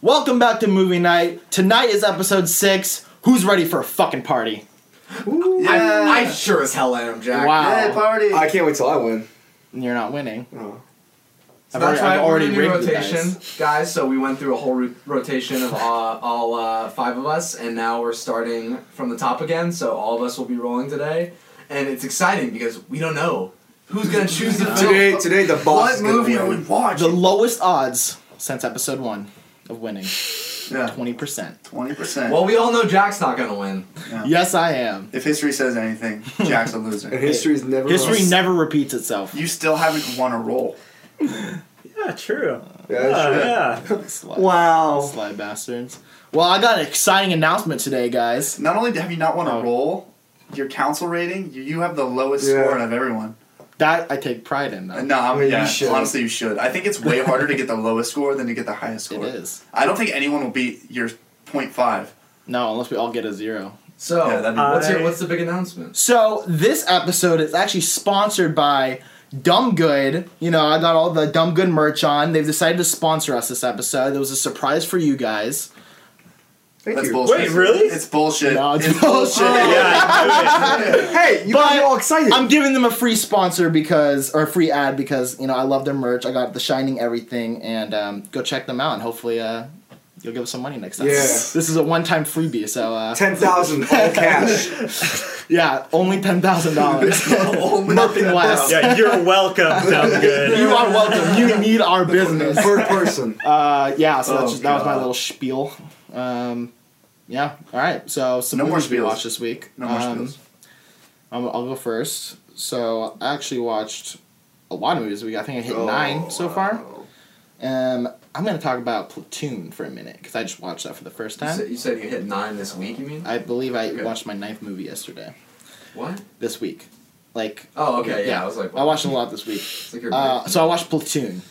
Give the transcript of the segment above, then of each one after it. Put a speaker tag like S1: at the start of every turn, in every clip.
S1: Welcome back to Movie Night. Tonight is episode six. Who's ready for a fucking party?
S2: I, I sure as hell am, Jack.
S1: Wow.
S3: Hey, party!
S4: I can't wait till I win.
S1: You're not winning.
S4: Oh.
S1: I've
S2: That's
S1: already,
S2: why
S1: I've
S2: we're
S1: already
S2: in a new
S1: rigged you guys.
S2: rotation, guys. So we went through a whole ro- rotation of all, all uh, five of us, and now we're starting from the top again. So all of us will be rolling today, and it's exciting because we don't know who's gonna choose the film.
S4: Today, today the boss.
S3: what
S4: is gonna
S3: movie are we
S4: win.
S1: The
S3: watching?
S1: lowest odds since episode one of winning
S3: yeah,
S1: 20%.
S3: twenty percent.
S2: Well, we all know Jack's not gonna win.
S1: Yes, I am.
S3: if history says anything, Jack's a
S4: And
S3: loser.
S4: history's never.
S1: History
S4: lost.
S1: never repeats itself.
S3: you still haven't won a roll.
S5: Yeah, true.
S4: Yeah, that's
S5: Uh,
S4: true.
S5: yeah.
S1: Sly,
S5: Wow.
S1: sly bastards. Well, I got an exciting announcement today, guys.
S3: Not only have you not won a
S1: Oh.
S3: roll, your council rating, you, you have the lowest
S4: Yeah.
S3: score out of everyone.
S1: That I take pride in, though.
S3: No, I'm,
S4: Well, you
S3: yeah,
S4: should.
S3: honestly, you should. I think it's way harder to get the lowest score than to get the highest
S1: It
S3: score.
S1: is.
S3: I don't think anyone will beat your 0.5.
S1: No, unless we all get a zero.
S2: So
S3: Yeah, that'd be-
S1: Uh,
S2: what's your,
S5: I-
S2: what's the big announcement?
S1: So this episode is actually sponsored by Dumb Good. You know, I got all the Dumb Good merch on. They've decided to sponsor us this episode. It was a surprise for you guys.
S4: Thank
S3: That's
S4: you.
S3: bullshit.
S5: Wait, really?
S3: It's bullshit.
S1: No, it's bullshit.
S5: Yeah,
S4: Hey, you
S1: But
S4: got me all excited.
S1: I'm giving them a free sponsor because, or a free ad because, you know, I love their merch. I got the Shining everything, and um, go check them out. And hopefully, uh, you'll give us some money next time.
S4: Yeah.
S1: This is a one-time freebie, so uh,
S4: Ten thousand all cash.
S1: yeah, only ten thousand dollars, nothing less.
S5: yeah, you're welcome, dumb good.
S1: You are welcome. You need our business.
S4: per person.
S1: Uh, yeah, so that's
S3: Oh,
S1: just, that was my
S3: God.
S1: little spiel. Um, yeah, all right. So some
S3: No more
S1: movies we
S3: spiels.
S1: watched this week.
S3: No more
S1: Um,
S3: spiels.
S1: I'm, I'll go first. So I actually watched a lot of movies. We I think I hit
S4: Oh,
S1: nine so far.
S4: wow.
S1: Um, I'm gonna talk about Platoon for a minute because I just watched that for the first
S2: You said,
S1: time.
S2: you said you hit nine this week. You mean
S1: I believe I
S2: Okay.
S1: watched my ninth movie yesterday.
S2: what?
S1: This week, like
S2: Oh, okay. Yeah, I was like,
S1: I watched a lot this week.
S2: It's like you're
S1: Uh, so I watched Platoon.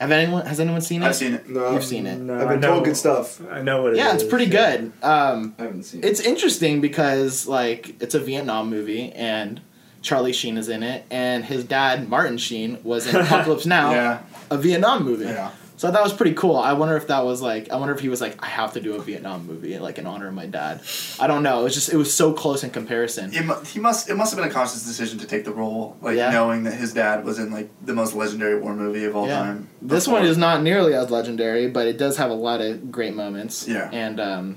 S1: Have anyone has anyone seen it?
S3: I've seen it.
S4: No,
S1: You've seen it.
S5: No,
S4: I've been
S5: I know-
S4: told good stuff.
S5: I know what it is.
S1: Yeah, it's pretty good. Um,
S2: I haven't seen. it.
S1: it's interesting because like it's a Vietnam movie and Charlie Sheen is in it and his dad Martin Sheen was in Apocalypse Now,
S3: Yeah.
S1: a Vietnam movie.
S3: Yeah.
S1: So that was pretty cool. I wonder if that was like I wonder if he was like I have to do a Vietnam movie like in honor of my dad. I don't know. It was just it was so close in comparison.
S3: It, mu- he must. It must have been a conscious decision to take the role, like
S1: Yeah.
S3: knowing that his dad was in like the most legendary war movie of all
S1: Yeah.
S3: time.
S1: This
S3: Before-
S1: one is not nearly as legendary, but it does have a lot of great moments.
S3: Yeah.
S1: And um,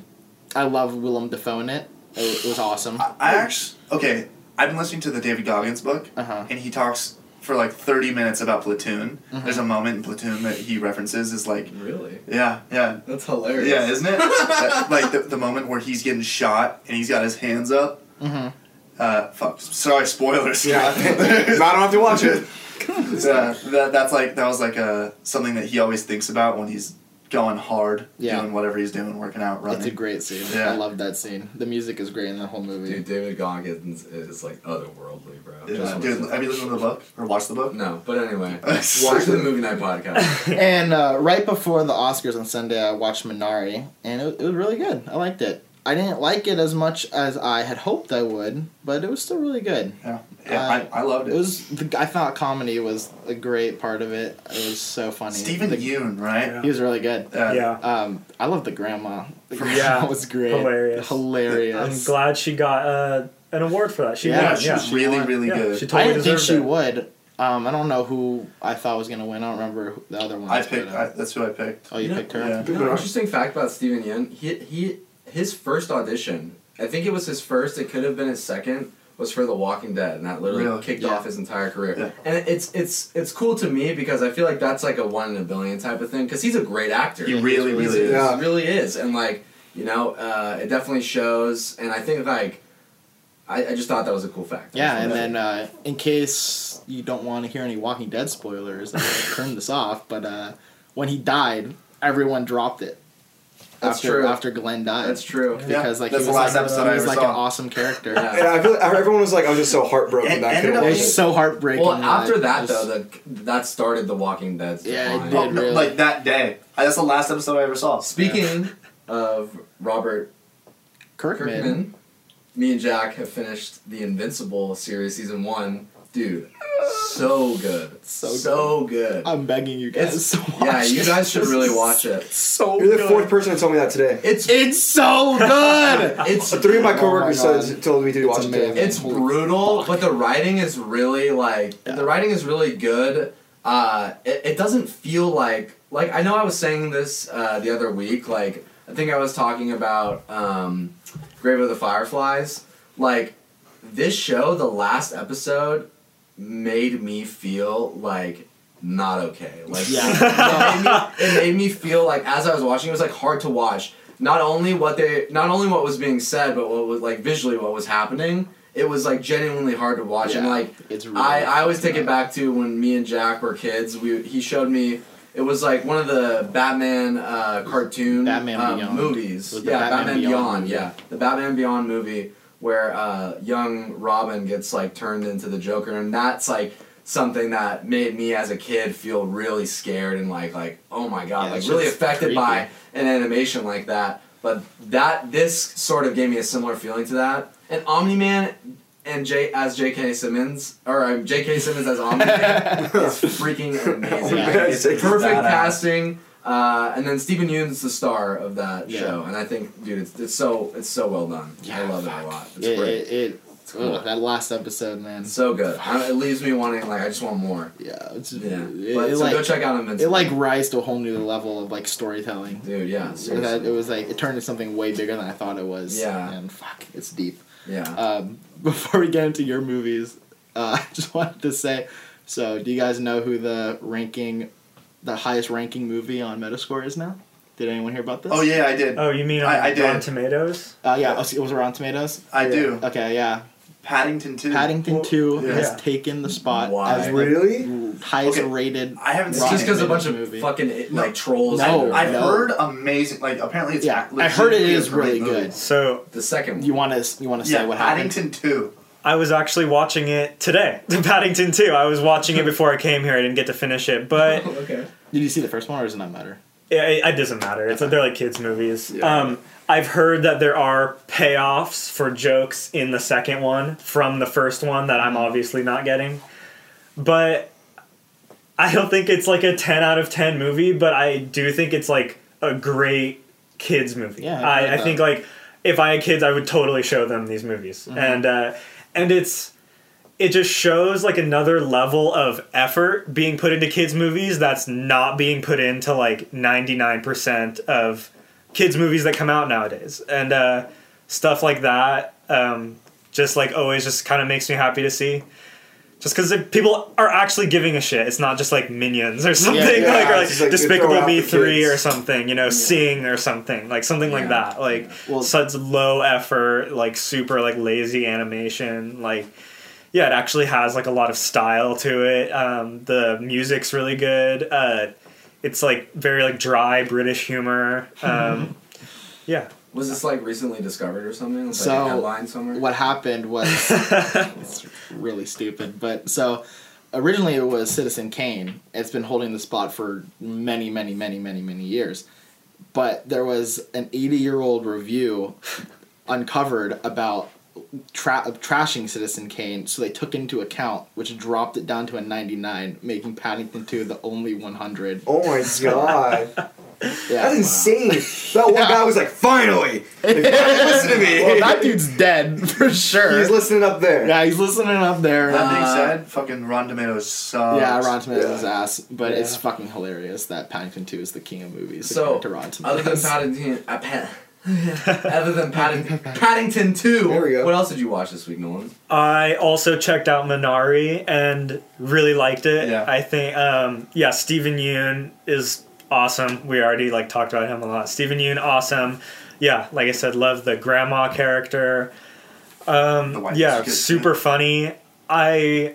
S1: I love Willem Dafoe in it. It, it was awesome.
S3: I, I actually okay. I've been listening to the David Goggins book,
S1: Uh-huh. Mm-hmm.
S3: and he talks for like thirty minutes about Platoon. There's a moment in Platoon that he references is like,
S2: really.
S3: yeah, yeah,
S2: That's hilarious.
S3: yeah, isn't it? That- like the, the moment where he's getting shot and he's got his hands up.
S1: Mhm.
S3: Uh, fuck. Sorry, spoilers.
S4: Yeah, But I don't have to watch it.
S3: Uh, that that's like that was like a something that he always thinks about when he's going hard,
S1: Yeah.
S3: doing whatever he's doing, working out, running.
S1: It's a great scene.
S3: Yeah.
S1: I love that scene. The music is great in that whole movie.
S2: Dude, David Goggins is like otherworldly, bro.
S3: Yeah,
S2: Just
S3: dude,
S2: listen.
S3: have you listened to the book or watched the book?
S2: No, but anyway, watch
S3: Watch
S2: the movie night podcast.
S1: and uh, right before the Oscars on Sunday, I watched Minari, and it, it was really good. I liked it. I didn't like it as much as I had hoped I would, but it was still really good.
S3: Yeah, yeah I, I loved
S1: Uh, It
S3: it.
S1: was. the- I thought comedy was a great part of it. It was so funny.
S3: Stephen
S1: The-
S3: Yoon, right?
S1: He was really good.
S3: Uh,
S5: Yeah.
S1: Um, I love the grandma. The
S5: Yeah.
S1: grandma was great.
S5: Hilarious. I'm
S1: Hilarious.
S5: glad she got uh, an award for that. She
S1: Yeah,
S3: Yeah,
S5: won.
S3: she
S5: yeah.
S3: was really,
S1: won.
S3: really
S5: Yeah,
S3: good.
S5: she
S1: I
S5: totally
S1: didn't think
S5: deserved
S1: she
S5: it.
S1: would. Um, I don't know who I thought was gonna win. I don't remember who the other one.
S3: I
S1: was,
S3: picked.
S1: but, uh,
S3: I, that's who I picked.
S1: oh, you
S2: Yeah.
S1: picked her.
S3: Yeah.
S2: You know, interesting fact about Steven Yeun. He he his first audition. I think it was his first. It could have been his second. Was for The Walking Dead, and that literally
S3: Really?
S2: kicked
S1: Yeah.
S2: off his entire career.
S3: Yeah.
S2: And it's it's it's cool to me because I feel like that's like a one in a billion type of thing. Because he's a great actor.
S3: He really,
S2: He's-
S3: really is.
S4: Yeah.
S2: It really is, and like you know, uh, it definitely shows. And I think like, I, I just thought that was a cool fact.
S1: Yeah,
S2: I
S1: and
S2: just
S1: then uh, in case you don't want to hear any Walking Dead spoilers, I'll turn this off. But uh, when he died, everyone dropped it.
S2: That's
S1: after,
S2: true.
S1: After Glenn died,
S2: that's true.
S3: Yeah,
S1: because like he
S3: that's
S1: was
S3: the last
S1: like,
S3: episode
S1: he
S3: I
S1: was
S3: ever
S1: like an
S3: saw.
S1: awesome character.
S2: Yeah.
S4: And I feel everyone was like, I was just so heartbroken
S3: And-
S4: that I
S3: and
S4: couldn't
S1: It
S4: watch
S1: was
S4: it.
S1: so heartbreaking.
S2: Well, after
S1: like,
S2: that
S1: just-
S2: though, the, that started the Walking Dead.
S1: Yeah, it
S2: decline.
S1: did.
S3: Oh, no,
S1: really.
S3: Like that day. I, that's the last episode I ever saw.
S2: Speaking of Robert
S1: Kirkman.
S2: Kirkman, me and Jack have finished the Invincible series season one. dude, so good, so,
S1: So
S2: good.
S1: I'm begging you guys
S2: It's-
S1: to watch
S2: yeah, you guys should
S1: this.
S2: really watch it.
S1: So
S4: You're the
S1: good.
S4: fourth person to tell me that today.
S2: It's
S1: It's so good.
S2: it's
S4: Three of my coworkers
S1: Oh my God.
S4: said, told me to
S1: It's
S4: watch it today.
S1: amazing.
S2: it's brutal, but the writing is really like the writing is really good. Uh, it, it doesn't feel like like I know I was saying this uh, the other week. Like I think I was talking about um, Grave of the Fireflies. Like this show, the last episode made me feel like not okay. Like
S1: Yeah.
S2: it, made me, it made me feel like as I was watching, it was like hard to watch. Not only what they, not only what was being said, but what was like visually what was happening. It was like genuinely hard to watch, and
S1: Yeah,
S2: like
S1: it's
S2: I, I always take it back to when me and Jack were kids. We he showed me it was like one of the Batman uh, cartoon
S1: Batman
S2: uh,
S1: Beyond.
S2: movies.
S1: Was the
S2: Yeah,
S1: Batman
S2: Batman,
S1: Beyond
S2: Beyond. Yeah, the Batman Beyond movie where uh, young Robin gets like turned into the Joker, and that's like something that made me as a kid feel really scared and like like oh my god,
S1: Yeah,
S2: like
S1: that
S2: really
S1: shit's
S2: affected by
S1: creepy.
S2: an animation like that. But that this sort of gave me a similar feeling to that. And Omni Man and J as J.K. Simmons or um, J.K. Simmons as Omni Man is freaking amazing.
S1: Yeah.
S2: It's
S4: It's
S2: perfect
S5: badass.
S2: casting. Uh, and then Stephen Yoon's the star of that
S1: Yeah.
S2: show, and I think, dude, it's, it's so it's so well done. I
S1: Yeah,
S2: love it a lot. It's
S1: It,
S2: great.
S1: it, it-
S2: cool.
S1: ugh, that last episode, man.
S2: It's so good. I, it leaves me wanting like I just want more.
S1: Yeah, it's,
S2: Yeah.
S1: It,
S2: but
S1: it,
S2: so go
S1: like
S2: check out
S1: it
S2: Invincible.
S1: like rise to a whole new level of like storytelling.
S2: dude, yeah,
S1: It, had,
S2: seriously.
S1: it was like it turned into something way bigger than I thought it was.
S2: Yeah.
S1: and fuck, it's deep.
S2: yeah.
S1: Um, before we get into your movies, uh, I just wanted to say, so do you guys know who the ranking, the highest ranking movie on Metascore is now? Did anyone hear about this?
S3: Oh yeah, I did.
S5: Oh, you mean on
S3: I- I did.
S5: Rotten Tomatoes?
S1: Uh, yeah, it was Rotten Tomatoes.
S3: I
S5: yeah.
S3: do.
S1: Okay, yeah. Uh,
S3: Paddington too.
S1: Paddington
S5: Well,
S1: 2
S3: yeah.
S1: has taken the spot
S2: Why?
S1: as the
S4: Really?
S1: highest
S3: Okay.
S1: rated.
S3: I haven't
S2: it's
S3: seen
S1: Rotten
S2: just because a
S1: Tomatoes
S2: bunch of
S1: movie.
S2: fucking
S3: No.
S2: like trolls.
S1: No.
S3: I've
S1: No.
S3: heard amazing. Like apparently it's
S1: Yeah, I
S3: legitimately
S1: heard it is
S3: a great
S1: really
S3: movie.
S1: good.
S5: So
S2: the second
S1: You want to you want to say
S3: Yeah,
S1: what happened?
S3: Paddington two.
S5: I was actually watching it today, Paddington 2. I was watching it before I came here. I didn't get to finish it, but
S2: one. okay.
S1: Did you see the first one, or does it not matter?
S5: it, it doesn't matter. It's they're like kids movies.
S4: Yeah.
S5: Um, I've heard that there are payoffs for jokes in the second one from the first one that I'm obviously not getting, but I don't think it's like a ten out of ten movie. But I do think it's like a great kids movie.
S1: Yeah, I've heard
S5: I, I
S1: that.
S5: think like if I had kids, I would totally show them these movies,
S1: Mm-hmm.
S5: and uh, and it's it just shows like another level of effort being put into kids movies that's not being put into like 99% of kids movies that come out nowadays and uh, stuff like that um, just like always just kind of makes me happy to see just because people are actually giving a shit it's not just like minions or something
S4: yeah,
S5: like, or, like
S4: it's just, like, they throw
S5: despicable
S4: out
S5: me
S4: the
S5: 3
S4: kids.
S5: or something you know sing or something like something like
S2: Yeah.
S5: that like
S1: Well-
S5: such low effort like super like lazy animation like yeah, it actually has like a lot of style to it. Um, the music's really good. Uh, it's like very like dry British humor. Um, yeah,
S2: Was this like recently discovered or something? It's
S1: So,
S2: like a headline somewhere.
S1: What happened was it's really stupid. But so originally it was Citizen Kane. It's been holding the spot for many, many, many, many, many years. But there was an 80 year old review uncovered about tra- of trashing Citizen Kane, so they took into account, which dropped it down to a 99, making Paddington 2 the only 100.
S4: Oh my god.
S1: Yeah.
S4: That's insane. That one guy was like, finally! Listen to me!
S1: Well, that dude's dead for sure.
S4: He's listening up there.
S1: yeah, he's listening up there.
S3: That being
S2: Uh,
S3: said, fucking Rotten Tomatoes sucks.
S1: Yeah, Rotten Tomatoes ass, but
S5: Yeah.
S1: it's fucking hilarious that Paddington Two is the king of movies.
S2: So,
S1: according to Rotten
S2: other than
S1: Tomatoes.
S2: Paddington, uh, pa- other than Paddington, Paddington Two.
S4: There we go.
S2: What else did you watch this week, Nolan?
S5: I also checked out Minari and really liked it.
S3: Yeah.
S5: I think um, yeah, Stephen Yoon is awesome. We already like talked about him a lot. Stephen Yoon, awesome. Yeah, like I said, love the grandma character.
S3: The White
S5: yeah,
S3: Biscuits.
S5: super funny. I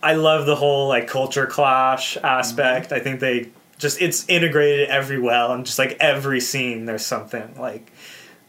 S5: I love the whole like culture clash aspect. I think they just it's integrated every well and just like every scene there's something like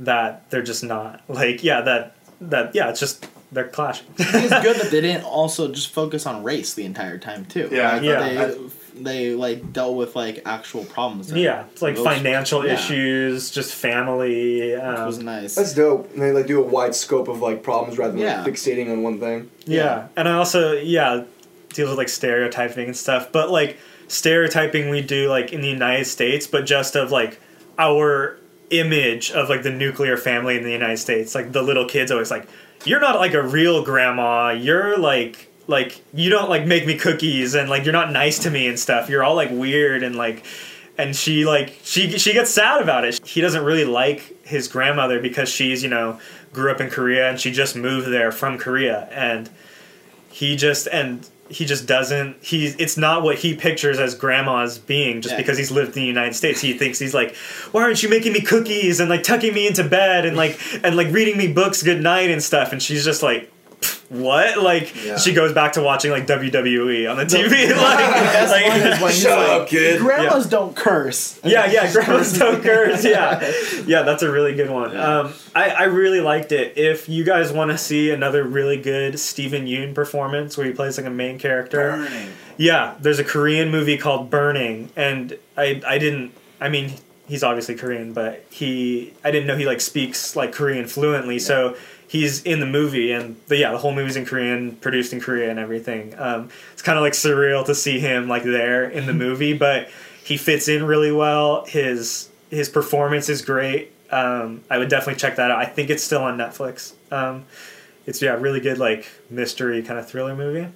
S5: that they're just not like yeah that that yeah it's just they're clashing.
S1: it's good that they didn't also just focus on race the entire time too.
S3: Yeah,
S1: Like,
S5: yeah.
S1: they
S3: I-
S1: f- they like dealt with like actual problems. in it,
S5: Yeah, it's like
S1: Those-
S5: financial
S1: yeah.
S5: issues, just family.
S1: which was
S5: Um,
S1: nice.
S4: That's dope. And they like do a wide scope of like problems rather than
S1: Yeah.
S4: like fixating on one thing.
S5: yeah. and I also yeah deals with like stereotyping and stuff, but like stereotyping we do like in the United States, but just of like our image of like the nuclear family in the United States. Like the little kids always like, you're not like a real grandma. You're like like you don't like make me cookies and like you're not nice to me and stuff. You're all like weird and like and she like she she gets sad about it. He doesn't really like his grandmother because she's you know grew up in Korea and she just moved there from Korea and he just and he just doesn't he's it's not what he pictures as grandma's being just
S1: Yeah.
S5: because he's lived in the united states he thinks he's like why aren't you making me cookies and like tucking me into bed and like and like reading me books good night and stuff and she's just like "Pfft, what like
S6: Yeah.
S5: she goes back to watching like wwe on the tv like, like-
S4: Shut up, kid.
S1: Grandmas don't curse.
S5: yeah, yeah, Grandma's Tokers. Yeah, yeah, that's a really good one. Um, I, I really liked it. If you guys want to see another really good Stephen Yoon performance where he plays like a main character,
S3: Burning.
S5: yeah, there's a Korean movie called Burning, and I I didn't. I mean, he's obviously Korean, but he I didn't know he like speaks like Korean fluently, so he's in the movie, and the, yeah, the whole movie's in Korean, produced in Korea, and everything. Um, it's kind of like surreal to see him like there in the movie, but he fits in really well. His his performance is great. Um, I would definitely check that out. I think it's still on Netflix. Um, it's yeah, really good like mystery kind of thriller movie.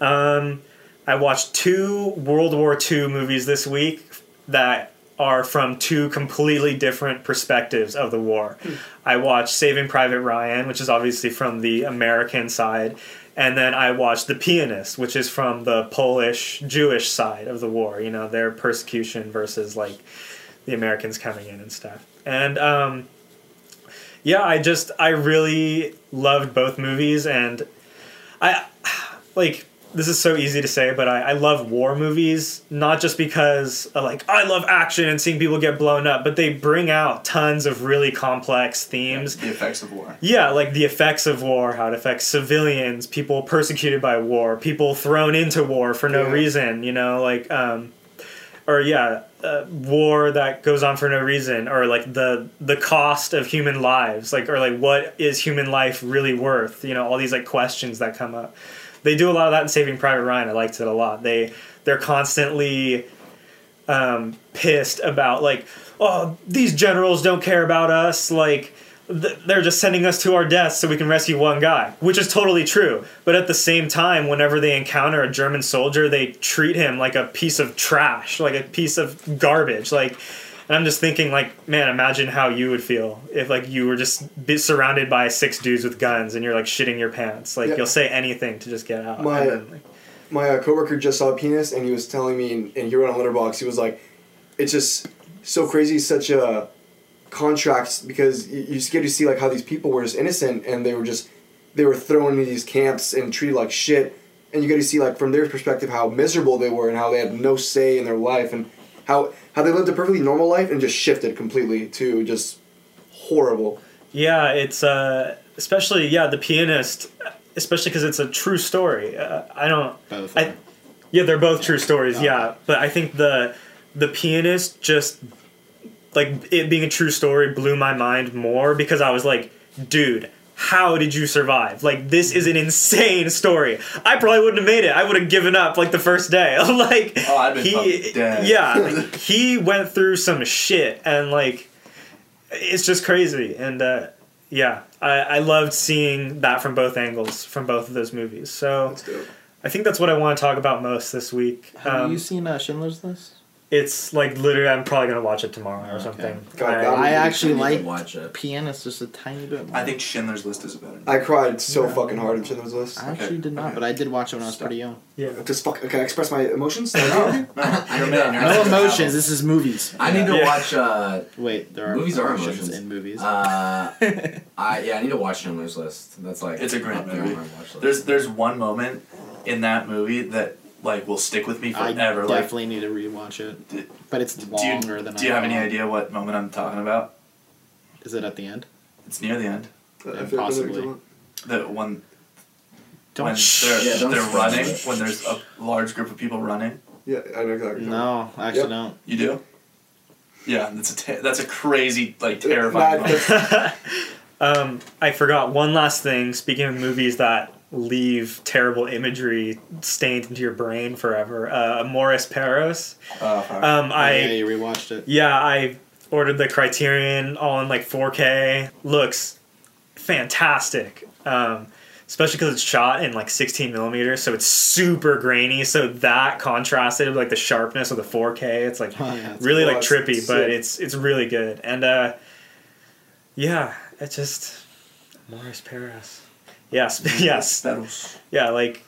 S5: Um, I watched two World War II movies this week that are from two completely different perspectives of the war. I watched Saving Private Ryan, which is obviously from the American side, and then I watched The Pianist, which is from the Polish Jewish side of the war, you know, their persecution versus like the Americans coming in and stuff. And um yeah, I just I really loved both movies and I like this is so easy to say, but I, I love war movies not just because uh, like I love action and seeing people get blown up, but they bring out tons of really complex themes
S3: The effects of war.
S5: yeah, like the effects of war, how it affects civilians, people persecuted by war, people thrown into war for no
S4: Yeah.
S5: reason, you know, like, um, or yeah, uh, war that goes on for no reason, or like the the cost of human lives, like, or like what is human life really worth? You know, all these like questions that come up. They do a lot of that in Saving Private Ryan. I liked it a lot. They they're constantly um, pissed about like oh these generals don't care about us like th- they're just sending us to our deaths so we can rescue one guy which is totally true but at the same time whenever they encounter a german soldier they treat him like a piece of trash like a piece of garbage like and i'm just thinking like man imagine how you would feel if like you were just be surrounded by six dudes with guns and you're like shitting your pants like
S4: Yeah.
S5: you'll say anything to just get out
S4: My-
S5: And then, like-
S4: my uh, coworker just saw a penis and he was telling me and, and he wrote on letterbox he was like it's just so crazy such a contrast because you, you just get to see like how these people were just innocent and they were just they were thrown into these camps and treated like shit and you get to see like from their perspective how miserable they were and how they had no say in their life and how how they lived a perfectly normal life and just shifted completely to just horrible
S5: Yeah, it's uh, especially yeah the pianist, especially because it's a true story. Uh, I don't.
S1: Both.
S5: I, yeah, they're both true stories. Yeah, but I think the the pianist just like it being a true story blew my mind more because I was like, dude. How did you survive? Like this is an insane story. I probably wouldn't have made it. I would have given up like the first day. like
S3: Oh, I'd been
S5: he,
S3: fucking dead.
S5: yeah, like, he went through some shit, and like it's just crazy. And uh, yeah, I, I loved seeing that from both angles from both of those movies. So
S4: that's dope
S5: I think that's what I want to talk about most this week.
S1: Have
S5: Um,
S1: you seen uh, Schindler's List?
S5: it's like literally, I'm probably gonna watch it tomorrow or
S1: Okay.
S5: something.
S4: God,
S5: I-
S4: that
S1: I
S4: movie-
S1: actually
S6: need to
S1: like
S6: watch it.
S1: Pianist just a tiny bit more.
S3: I think Schindler's List is a better.
S4: I cried so
S5: Yeah.
S4: fucking hard in Schindler's List
S1: I actually did not, but I did watch it when I was pretty young.
S5: yeah.
S4: just fuck can I express my emotions
S3: No, no,
S6: I
S3: you're a
S6: need
S3: man.
S6: to-
S3: You're
S1: No
S3: not-
S1: emotions. This is movies.
S6: I need to
S5: Yeah.
S6: watch. Uh,
S1: Wait, there are
S6: Movies are
S1: emotions,
S6: emotions.
S1: in movies.
S6: uh, I yeah, I need to watch Schindler's List. That's like
S3: It's a great
S6: up there on
S3: movie.
S6: my watch list.
S3: There's there's one moment in that movie that like will stick with me
S1: I
S3: forever. like,
S1: definitely need to rewatch
S3: D-
S1: it, but it's
S3: do you,
S1: longer than.
S3: do you
S1: I
S3: have any
S1: thought.
S3: idea what moment I'm talking about?
S1: Is it at the end?
S3: It's near the end.
S1: Possibly.
S3: The one
S1: Don't.
S3: when
S1: sh-
S3: they're
S6: Yeah, don't
S3: they're
S6: spoil
S3: running
S6: it.
S3: when there's a large group of people running.
S4: Yeah, I know exactly.
S1: No, I actually
S4: Yep.
S1: don't.
S3: You do? Yeah, that's a te- that's a crazy like
S4: Not-
S3: terrifying. moment.
S5: Um, I forgot one last thing. Speaking of movies that leave terrible imagery stained into your brain forever, uh, Morris Peros.
S3: Oh, fuck.
S5: Um, I
S1: yeah, you rewatched it.
S5: Yeah, I ordered the Criterion all in like 4K. Looks fantastic. Um, especially because it's shot in like 16 millimeters, so it's super grainy. So that contrasted with like the sharpness of the 4K. It's like
S1: Oh, yeah, it's
S5: really like
S4: cool.
S5: trippy,
S4: It's
S5: but
S4: sick.
S5: it's it's really good. And uh, yeah, it just Morris Paris. Yes, yes,
S3: Petals.
S5: yeah, like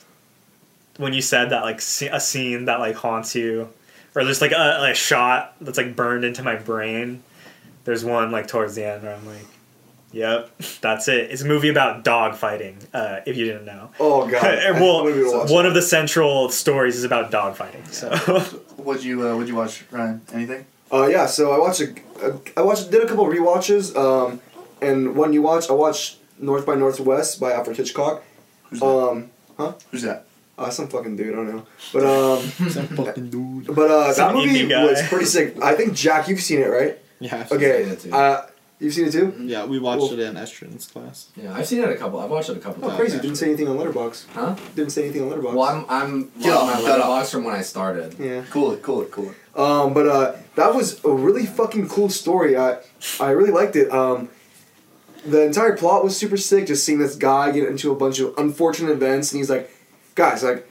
S5: when you said that, like sce- a scene that like haunts you, or there's like a, a shot that's like burned into my brain. There's one like towards the end where I'm like, "Yep, that's it." It's a movie about dog fighting. Uh, if you didn't know,
S4: Oh god. I
S5: well,
S4: wanted to watch
S5: one of the central stories is about dog fighting. So
S3: What'd you uh, What'd you watch, Ryan? Anything?
S4: Uh, yeah, so I watched a, a, I watched did a couple rewatches. Um, and one you watch, I watched North by Northwest by Alfred Hitchcock.
S3: Who's that?
S4: Um,
S3: Who's that?
S4: uh, some fucking dude, I don't know, but um,
S1: Some fucking dude.
S4: but uh, that
S5: Some
S4: movie
S5: indie guy.
S4: was pretty sick. I think Jack, you've seen it, right?
S1: Yeah. Mm-hmm. I've seen it.
S4: Okay,
S6: it too.
S4: uh, you've seen it too.
S1: Yeah, we watched
S4: Well-
S1: it in Estrin's class.
S6: Yeah, I've seen it a couple. I've watched it a couple
S4: Oh,
S1: Uh,
S6: times.
S4: crazy! Didn't say anything on Letterbox.
S6: Huh?
S4: Didn't say anything on Letterbox.
S6: Well, I'm I'm
S3: Get
S6: yeah,
S3: off,
S6: my
S3: shut
S6: letterbox from when I started.
S4: yeah.
S3: Cool it, cool it, cool it.
S4: Um, but uh, that was a really fucking cool story. I I really liked it. Um, the entire plot was super sick. Just seeing this guy get into a bunch of unfortunate events, and he's like, "Guys, like,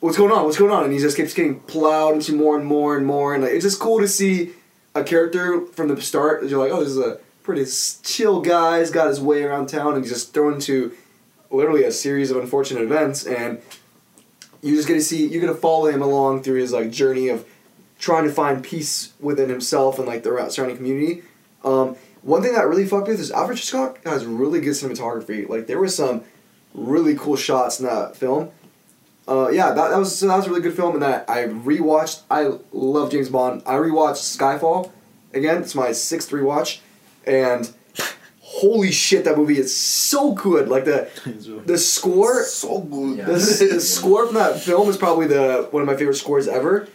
S4: what's going on? What's going on?" And he just keeps getting plowed into more and more and more. And like, it's just cool to see a character from the start. that You're like, "Oh, this is a pretty s- chill guy. He's got his way around town, and he's just thrown into literally a series of unfortunate events." And you just get to see you're gonna follow him along through his like journey of trying to find peace within himself and like the surrounding community. Um, one thing that really fucked with is Alfred Hitchcock has really good cinematography. Like there were some really cool shots in that film. Uh, yeah, that, that was so that was a really good film, and that I rewatched. I love James Bond. I rewatched Skyfall again. It's my sixth rewatch, and holy shit, that movie is so good. Like the
S1: It's really-
S4: the score
S3: so good.
S6: Yeah.
S4: this, the score from that film is probably the one of my favorite scores ever.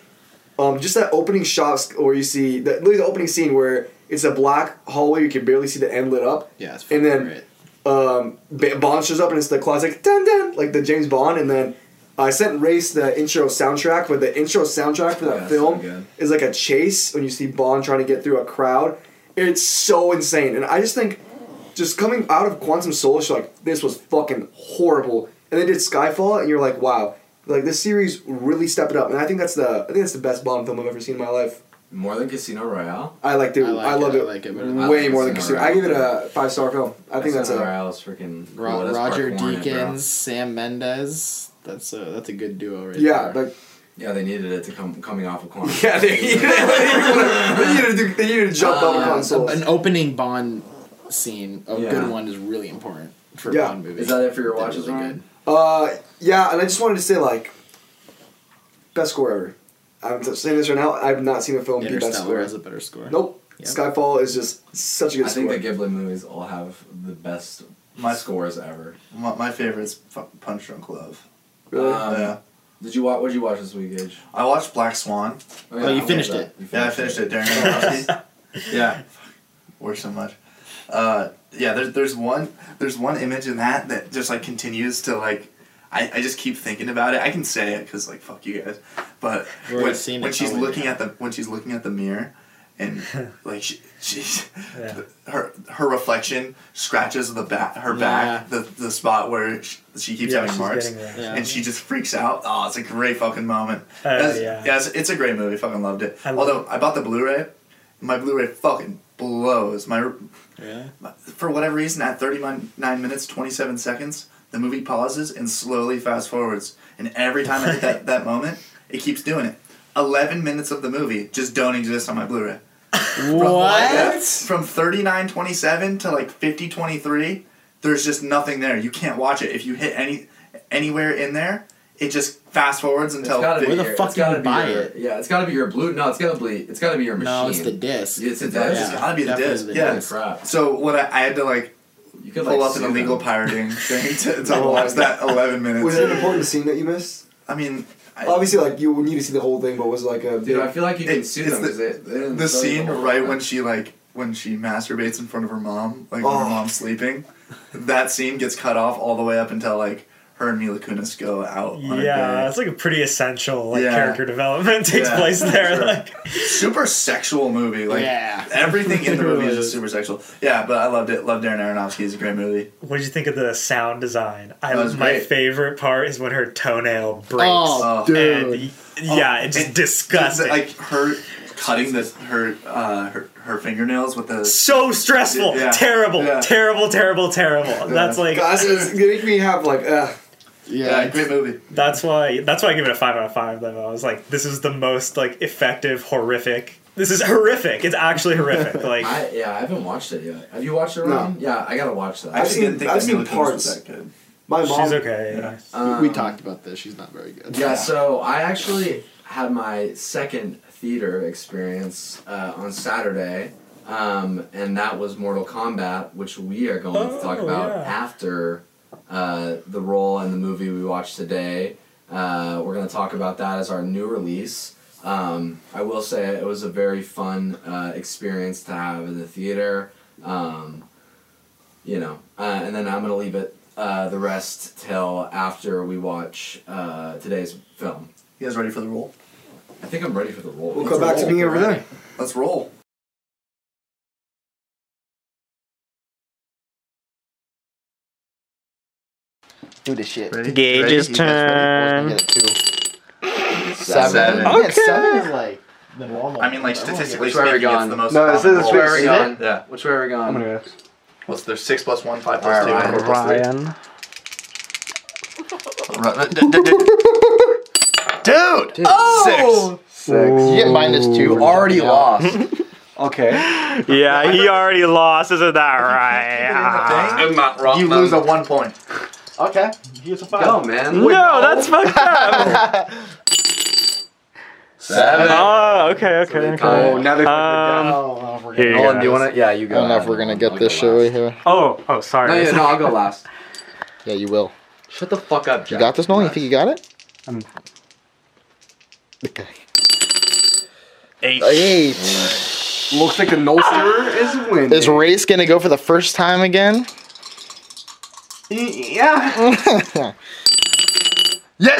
S4: Um, just that opening shots where you see the, literally the opening scene where it's a black hallway, you can barely see the end lit up.
S1: Yeah, it's fucking
S4: And then-
S1: great.
S4: Um, Ba- Bond shows up and it's the classic dun dun like the James Bond, and then I sent Race the intro soundtrack, but the intro soundtrack for that
S6: Yeah, it's
S4: film
S6: so good.
S4: is like a chase when you see Bond trying to get through a crowd. It's so insane, and I just think just coming out of Quantum Solace, you're like, this was fucking horrible. And they did Skyfall, and you're like, wow, like this series really stepped it up. And I think that's the I think that's the best Bond film I've ever seen in my life.
S6: More than Casino Royale.
S4: I liked it.
S1: I
S4: I,
S1: like
S4: love
S1: it,
S4: it.
S1: I like it better than-
S6: I
S4: way
S6: like
S4: more than
S6: Casino
S4: Casino. I give it
S6: Royale.
S4: a five star film. I think that's
S6: Casino
S4: a
S6: Royale is freaking.
S1: Ro-
S6: well, that's Park
S1: Roger
S6: Warren and
S1: Deakins,
S6: Bro.
S1: Sam Mendes. That's a that's a good duo right
S4: yeah,
S1: there.
S4: like
S6: Yeah, they needed it to come coming off of Quantum.
S4: yeah. They needed, they needed to they needed to
S2: Uh,
S4: jump up
S1: Yeah,
S4: on consoles.
S1: an opening Bond scene, a
S6: Yeah.
S1: good one, is really important for a
S4: Yeah.
S1: Bond movies.
S6: Is that it for your
S1: They're
S6: watches,
S1: really
S6: Ryan?
S4: Uh, yeah, and I just wanted to say like, best score ever. I'm just saying this right now. I've not seen a film
S1: good.
S4: be best
S1: Interstellar
S4: score.
S1: has a better score.
S4: Nope.
S1: Yeah.
S4: Skyfall is just such a good
S6: I
S4: score.
S6: think the Ghibli movies all have the best
S3: My-
S6: scores ever.
S3: My, my favorite's fucking Punch Drunk Love.
S4: really?
S2: uh,
S6: Um,
S3: yeah.
S6: Did you watch? What did you watch this week, Gage?
S3: I watched Black Swan.
S1: Oh, you
S6: I love
S1: finished
S6: that.
S1: it.
S6: You
S3: Yeah, I finished it. Darren Aronofsky. yeah, works so much. Uh, yeah, there's there's one there's one image in that that just like continues to like. I, I just keep thinking about it. I can say it because like fuck you guys, but
S1: We've already
S3: when,
S1: seen
S3: when
S1: it,
S3: she's
S1: probably.
S3: looking at the when she's looking at the mirror, and like she, she's
S5: Yeah.
S3: her her reflection scratches the back her back the the spot where she, she keeps
S5: yeah,
S3: having
S5: she's
S3: marks,
S5: getting there.
S1: Yeah.
S3: and she just freaks out. Oh, it's a great fucking moment.
S5: Oh,
S3: That's-
S5: yeah.
S3: it's, it's a great movie. Fucking loved it.
S5: I love
S3: Although I bought the Blu-ray, my Blu-ray fucking blows. My,
S1: Really?
S3: my- for whatever reason, at thirty nine minutes twenty seven seconds, the movie pauses and slowly fast forwards. And every time I hit that, that moment, it keeps doing it. Eleven minutes of the movie just don't exist on my Blu-ray. From- yeah,
S1: What?
S3: From thirty nine twenty seven to like fifty twenty three, there's just nothing there. You can't watch it. If you hit any anywhere in there, it just fast forwards
S6: It's
S3: until.
S6: gotta be
S1: Where the
S6: your-
S1: fuck
S6: it's
S1: do you
S6: gotta be
S1: buy
S6: your-
S1: it?
S6: Yeah, it's gotta be your blue. No, it's gotta be. It's gotta be your machine.
S1: No, it's the disc.
S6: It's the
S3: That's
S6: disc.
S3: just gotta be the
S1: definitely
S3: disc.
S1: the
S3: yeah.
S1: disc.
S6: Crap.
S3: So what I, I had to like
S6: You could
S3: pull
S6: like
S3: up an
S6: sue them.
S3: illegal pirating thing to, to watch that eleven minutes.
S4: was it an important scene that you missed?
S3: I mean, I-
S4: Obviously, like you need to see the whole thing, but was like a big,
S2: Dude, I feel like you can
S3: It-
S2: sue
S3: it's
S2: them. 'cause they- they
S3: the,
S2: didn't
S3: the
S2: sell you
S3: scene
S2: whole
S3: right
S2: thing.
S3: when she like when she masturbates in front of her mom, like when
S4: Oh.
S3: her mom's sleeping. That scene gets cut off all the way up until like her and Mila Kunis go out. On
S5: yeah,
S3: a
S5: it's like a pretty essential like
S3: Yeah.
S5: character development takes
S3: Yeah,
S5: place there.
S3: sure.
S5: Like,
S3: date. super sexual movie. Like
S1: Yeah.
S3: everything in the
S5: It
S3: movie is
S5: really
S3: just
S5: is.
S3: super sexual. Yeah, but I loved it. Loved Darren Aronofsky. It's a great movie.
S5: what did you think of the sound design? I
S3: That was
S5: my
S3: great.
S5: favorite part is when her toenail breaks.
S1: Oh,
S3: Oh,
S1: dude.
S5: and y- yeah, it's just
S3: and-
S5: disgusting.
S3: Like her cutting the her uh, her, her fingernails with the
S5: so stressful,
S3: Yeah.
S5: terrible,
S3: Yeah.
S5: terrible, terrible, terrible. That's like
S4: Guys, it's gonna make me have like, uh,
S3: yeah,
S1: Yeah.
S3: great movie.
S5: that's why that's why I give it a five out of five. Though I was like, this is the most like effective, horrific. This is horrific. It's actually horrific. Like
S2: I, yeah, I haven't watched it yet. Have you watched it?
S4: No.
S2: Ryan? Yeah, I gotta watch that.
S3: I actually
S4: seen-
S3: didn't think
S4: I've
S3: that
S4: seen
S3: Mila Kunis was
S4: parts.
S3: that good.
S4: my mom.
S5: she's okay.
S2: Um,
S1: we talked about this. She's not very good.
S2: Yeah, so I actually had my second theater experience uh, on Saturday, um, and that was Mortal Kombat, which we are going to talk
S5: Oh,
S2: about
S5: yeah.
S2: after uh, the role and the movie we watched today. Uh, we're going to talk about that as our new release. Um, I will say it was a very fun uh, experience to have in the theater. Um, you know, uh, and then I'm gonna leave it uh, the rest till after we watch uh, today's film.
S3: You guys ready for the roll?
S2: I think I'm ready for the roll.
S4: We'll come back to me over there.
S3: Let's roll.
S1: Do the shit.
S5: Gage's turn.
S1: Seven.
S3: Seven.
S1: Yeah, seven is like the normal.
S3: I mean, like
S1: Oh, yeah.
S3: statistically
S2: Which way are we
S3: speaking, it's
S2: going?
S3: the most.
S4: No, this
S3: profitable.
S4: is where we're
S2: going.
S3: Yeah.
S2: Which way are we going?
S4: go.
S3: What's there's six plus one, five plus two,
S2: Alright,
S3: and four plus three. Right. Dude. Oh.
S4: Six.
S1: You get minus two.
S3: Six. You already lost.
S4: Okay.
S5: Yeah, he already lost. Isn't that right? Ah.
S3: I'm not wrong. You lose a one point.
S1: Okay. Here's a five.
S2: Go, man.
S5: no, that's fucked up.
S3: Seven.
S5: oh, okay, okay,
S2: okay.
S4: Oh, now they're
S5: Um,
S1: Oh, we're
S5: here
S1: gonna,
S5: you
S2: Nolan, do you want to? Yeah, you
S1: I
S2: go.
S1: don't know if we're gonna get this, shall we? Here.
S5: oh, oh, sorry.
S2: No, yeah, no, I'll go last.
S1: Yeah, you will.
S2: Shut the fuck up,
S1: You
S2: Jack.
S1: got this, Nolan? You think you got it?
S5: Um.
S1: Okay.
S5: Eight.
S1: Eight.
S4: looks like the Nolster is winning.
S1: Is race gonna go for the first time again?
S4: yeah. Oh,
S1: yes.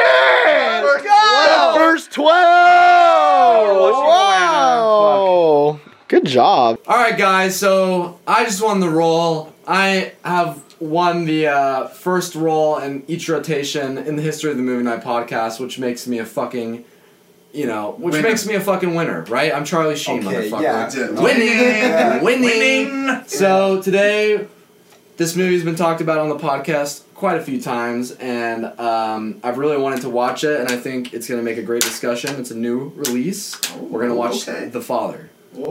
S1: Oh,
S4: Wow.
S1: First twelve. Wow. Good job.
S2: All right, guys. So I just won the roll. I have won the uh, first roll in each rotation in the history of the Movie Night podcast, which makes me a fucking, you know, which
S3: Winner.
S2: makes me a fucking winner, right? I'm Charlie Sheen,
S4: Okay,
S2: motherfucker.
S4: yeah.
S2: Winning, winning.
S3: Winning.
S2: So today, this movie's been talked about on the podcast quite a few times, and um, I've really wanted to watch it, and I think it's gonna make a great discussion. It's a new release. We're gonna watch
S3: okay.
S2: The Father.
S3: yeah!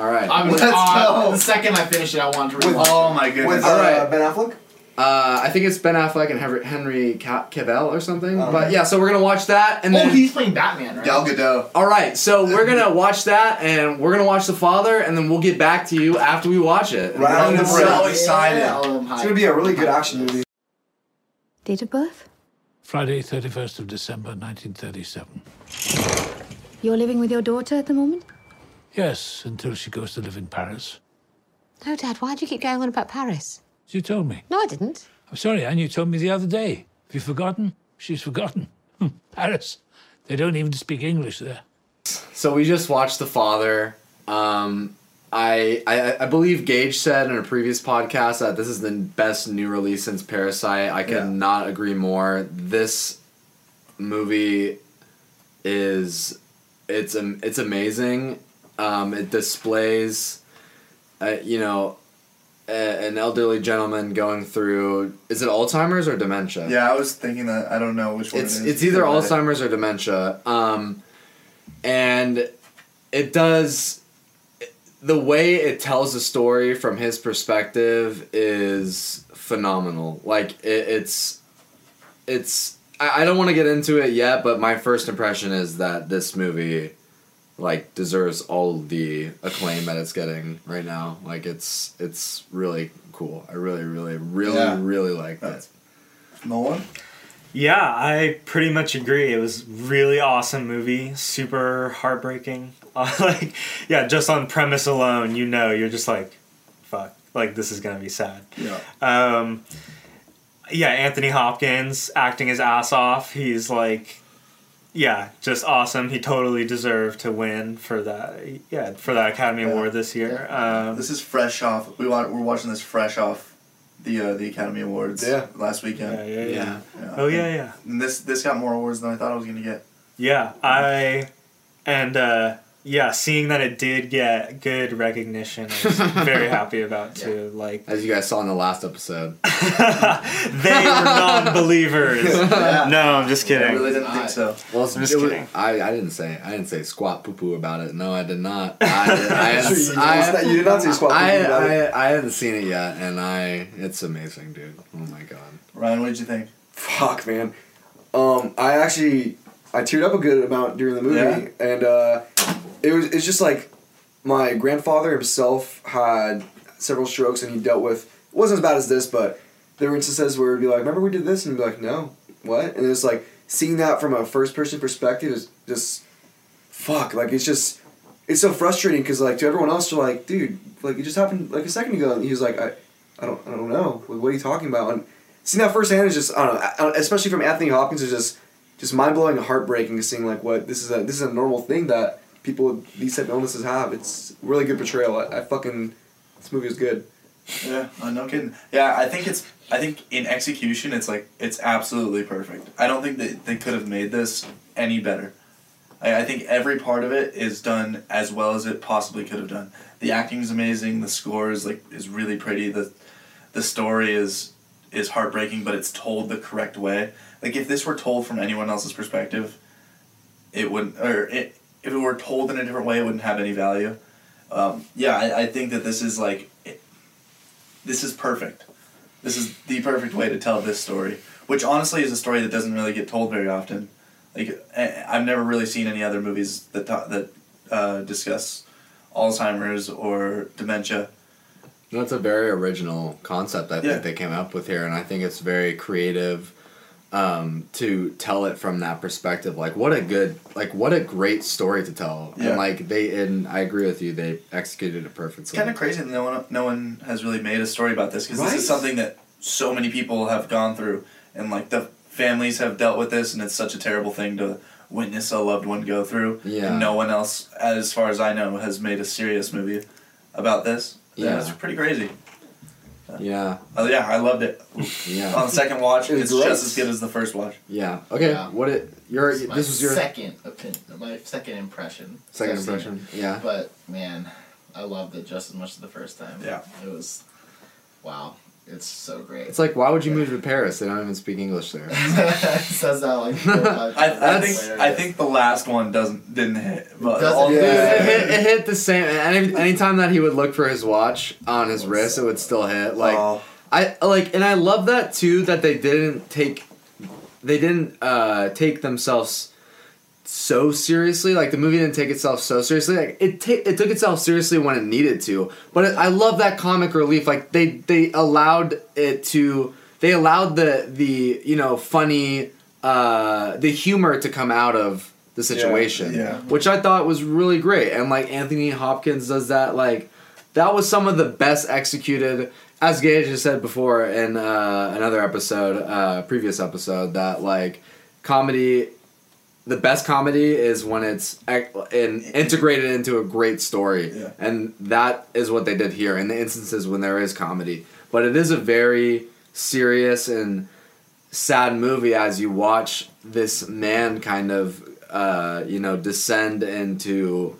S2: All right.
S1: I
S3: was Let's on- go. the
S1: second I finished it, I wanted to
S4: With- rewatch
S3: Oh my goodness.
S4: With uh,
S2: All right.
S4: Ben Affleck.
S2: Uh, I think it's Ben Affleck and Henry, Henry Ca- Cavill or something. but yeah, so we're gonna watch
S1: Oh,
S2: that, and then
S1: playing Batman, right?
S3: Gal Gadot.
S2: all right, so we're gonna watch that, and we're gonna watch The Father, and then we'll get back to you after we watch it.
S4: Right on
S2: And
S4: the
S2: so-
S4: break.
S3: So excited.
S4: It's gonna be a really good action movie.
S7: Date of birth?
S8: Friday, 31st of December, 1937.
S7: You're living with your daughter at the moment?
S8: Yes, until she goes to live in Paris.
S7: No, Dad, why do you keep going on about Paris?
S8: You told me.
S7: No, I didn't.
S8: I'm sorry, Anne, you told me the other day. Have you forgotten? She's forgotten. Hmm, Paris. They don't even speak English there.
S2: So we just watched The Father. Um, I, I I believe Gage said in a previous podcast that this is the best new release since Parasite. I could
S3: Yeah.
S2: not agree more. This movie is it's am- it's amazing. Um, it displays, uh, you know, a, an elderly gentleman going through is it Alzheimer's or dementia?
S3: Yeah, I was thinking that. I don't know which one
S2: it's
S3: it is.
S2: it's either
S3: But-
S2: Alzheimer's or dementia. Um, and it does the way it tells the story from his perspective is phenomenal. Like it, it's it's I, I don't want to get into it yet, but my first impression is that this movie like deserves all the acclaim that it's getting right now. Like it's it's really cool. I really really really
S1: Yeah.
S2: really like
S3: That's-
S2: that.
S3: Nolan.
S5: Yeah, I pretty much agree. It was really awesome movie, super heartbreaking. like, yeah, just on premise alone, you know, you're just like, fuck, like this is gonna be sad.
S1: Yeah.
S5: Um, yeah, Anthony Hopkins acting his ass off. He's like, yeah, just awesome. He totally deserved to win for that. Yeah, for that Academy Award this year. Um,
S3: This is fresh off. We want, we're watching this fresh off the uh, the Academy Awards
S4: Yeah.
S3: last weekend.
S5: yeah, yeah, yeah.
S1: Yeah.
S5: Oh yeah, yeah.
S3: And this this got more awards than I thought it was gonna get.
S5: Yeah, I and uh yeah, seeing that it did get good recognition, I was very happy about too. Like
S2: As you guys saw in the last episode.
S5: they were non-believers. No, I'm just
S3: I
S5: kidding.
S3: really didn't think so.
S2: Well, it's-
S5: I'm just
S2: it was-
S5: kidding.
S2: I, I didn't say I didn't say squat poo poo about it. No, I did not. I I,
S4: Sure, you,
S2: I,
S4: did not- you did not say squat.
S2: I,
S4: you got it.
S2: I, I haven't seen it yet, and I it's amazing, dude. Oh my god.
S3: Ryan, what did you think?
S4: Fuck, man. Um, I actually I teared up a good amount during the movie,
S3: Yeah.
S4: and uh, it was it's just like my grandfather himself had several strokes, and he dealt with it wasn't as bad as this, but there were instances where it'd be like, "Remember we did this," and he'd be like, "No, what?" And it's like seeing that from a first person perspective is just fuck. Like it's just it's so frustrating because like to everyone else, you're like, "Dude, like it just happened like a second ago," and he was like, "I, I don't, I don't know. Like, what are you talking about?" And seeing that firsthand is just I don't know, I- I- especially from Anthony Hopkins is just just mind blowing and heartbreaking. Seeing like what this is a this is a normal thing that people with these type of illnesses have. It's really good portrayal. I, I fucking this movie is good.
S3: Yeah, uh, no kidding. Yeah, I think it's. I think in execution, it's like it's absolutely perfect. I don't think that they could have made this any better. I, I think every part of it is done as well as it possibly could have done. The acting's amazing. The score is like is really pretty. The the story is is heartbreaking, but it's told the correct way. Like if this were told from anyone else's perspective, it wouldn't. Or it if it were told in a different way, it wouldn't have any value. Um, yeah, I, I think that this is like this is perfect. This is the perfect way to tell this story, which honestly is a story that doesn't really get told very often. Like I- I've never really seen any other movies that ta- that uh, discuss Alzheimer's or dementia.
S2: That's a very original concept I
S3: Yeah.
S2: think they came up with here, and I think it's very creative um, to tell it from that perspective. Like, what a good, like, what a great story to tell.
S3: Yeah.
S2: And like they, and I agree with you, they executed it perfectly.
S3: It's kind of crazy that no one no one has really made a story about this because this
S4: Right.
S3: is something that so many people have gone through, and like the families have dealt with this, and it's such a terrible thing to witness a loved one go through.
S2: Yeah.
S3: And no one else, as far as I know, has made a serious movie about this.
S2: Yeah.
S3: It's pretty crazy.
S2: Yeah,
S3: Oh yeah, I loved it. On
S2: yeah,
S3: the second watch,
S4: It was
S3: it's
S4: great.
S3: just as good as the first watch.
S2: yeah. Okay,
S1: Yeah.
S2: what it? Your
S1: It's my
S2: this was your
S1: second opinion, my second impression.
S2: second
S1: I've seen it.
S2: impression. Yeah,
S1: But man, I loved it just as much as the first time.
S3: Yeah.
S1: It was wow. It's so great.
S2: it's like why would you move to Paris? They don't even speak English there.
S1: it says that like four or five times
S3: I, I
S1: later,
S3: think I
S1: yeah.
S3: think the last one doesn't didn't hit. But
S1: Doesn't
S3: all-
S1: hit.
S2: Dude,
S1: Yeah.
S2: it, hit, it hit the same. Any anytime that he would look for his watch on his wrist, it would still hit. Like
S3: Oh.
S2: I like, and I love that too. That they didn't take, they didn't uh, take themselves so seriously. Like the movie didn't take itself so seriously. Like it ta- it took itself seriously when it needed to. But it, I love that comic relief. Like they they allowed it to. They allowed the the you know funny uh, the humor to come out of the situation,
S3: yeah.
S2: which I thought was really great. And like Anthony Hopkins does that like that was some of the best executed as gage has said before in uh, another episode uh, previous episode that like comedy the best comedy is when it's ec- in, integrated into a great story
S3: Yeah.
S2: and that is what they did here in the instances when there is comedy but it is a very serious and sad movie as you watch this man kind of uh, you know descend into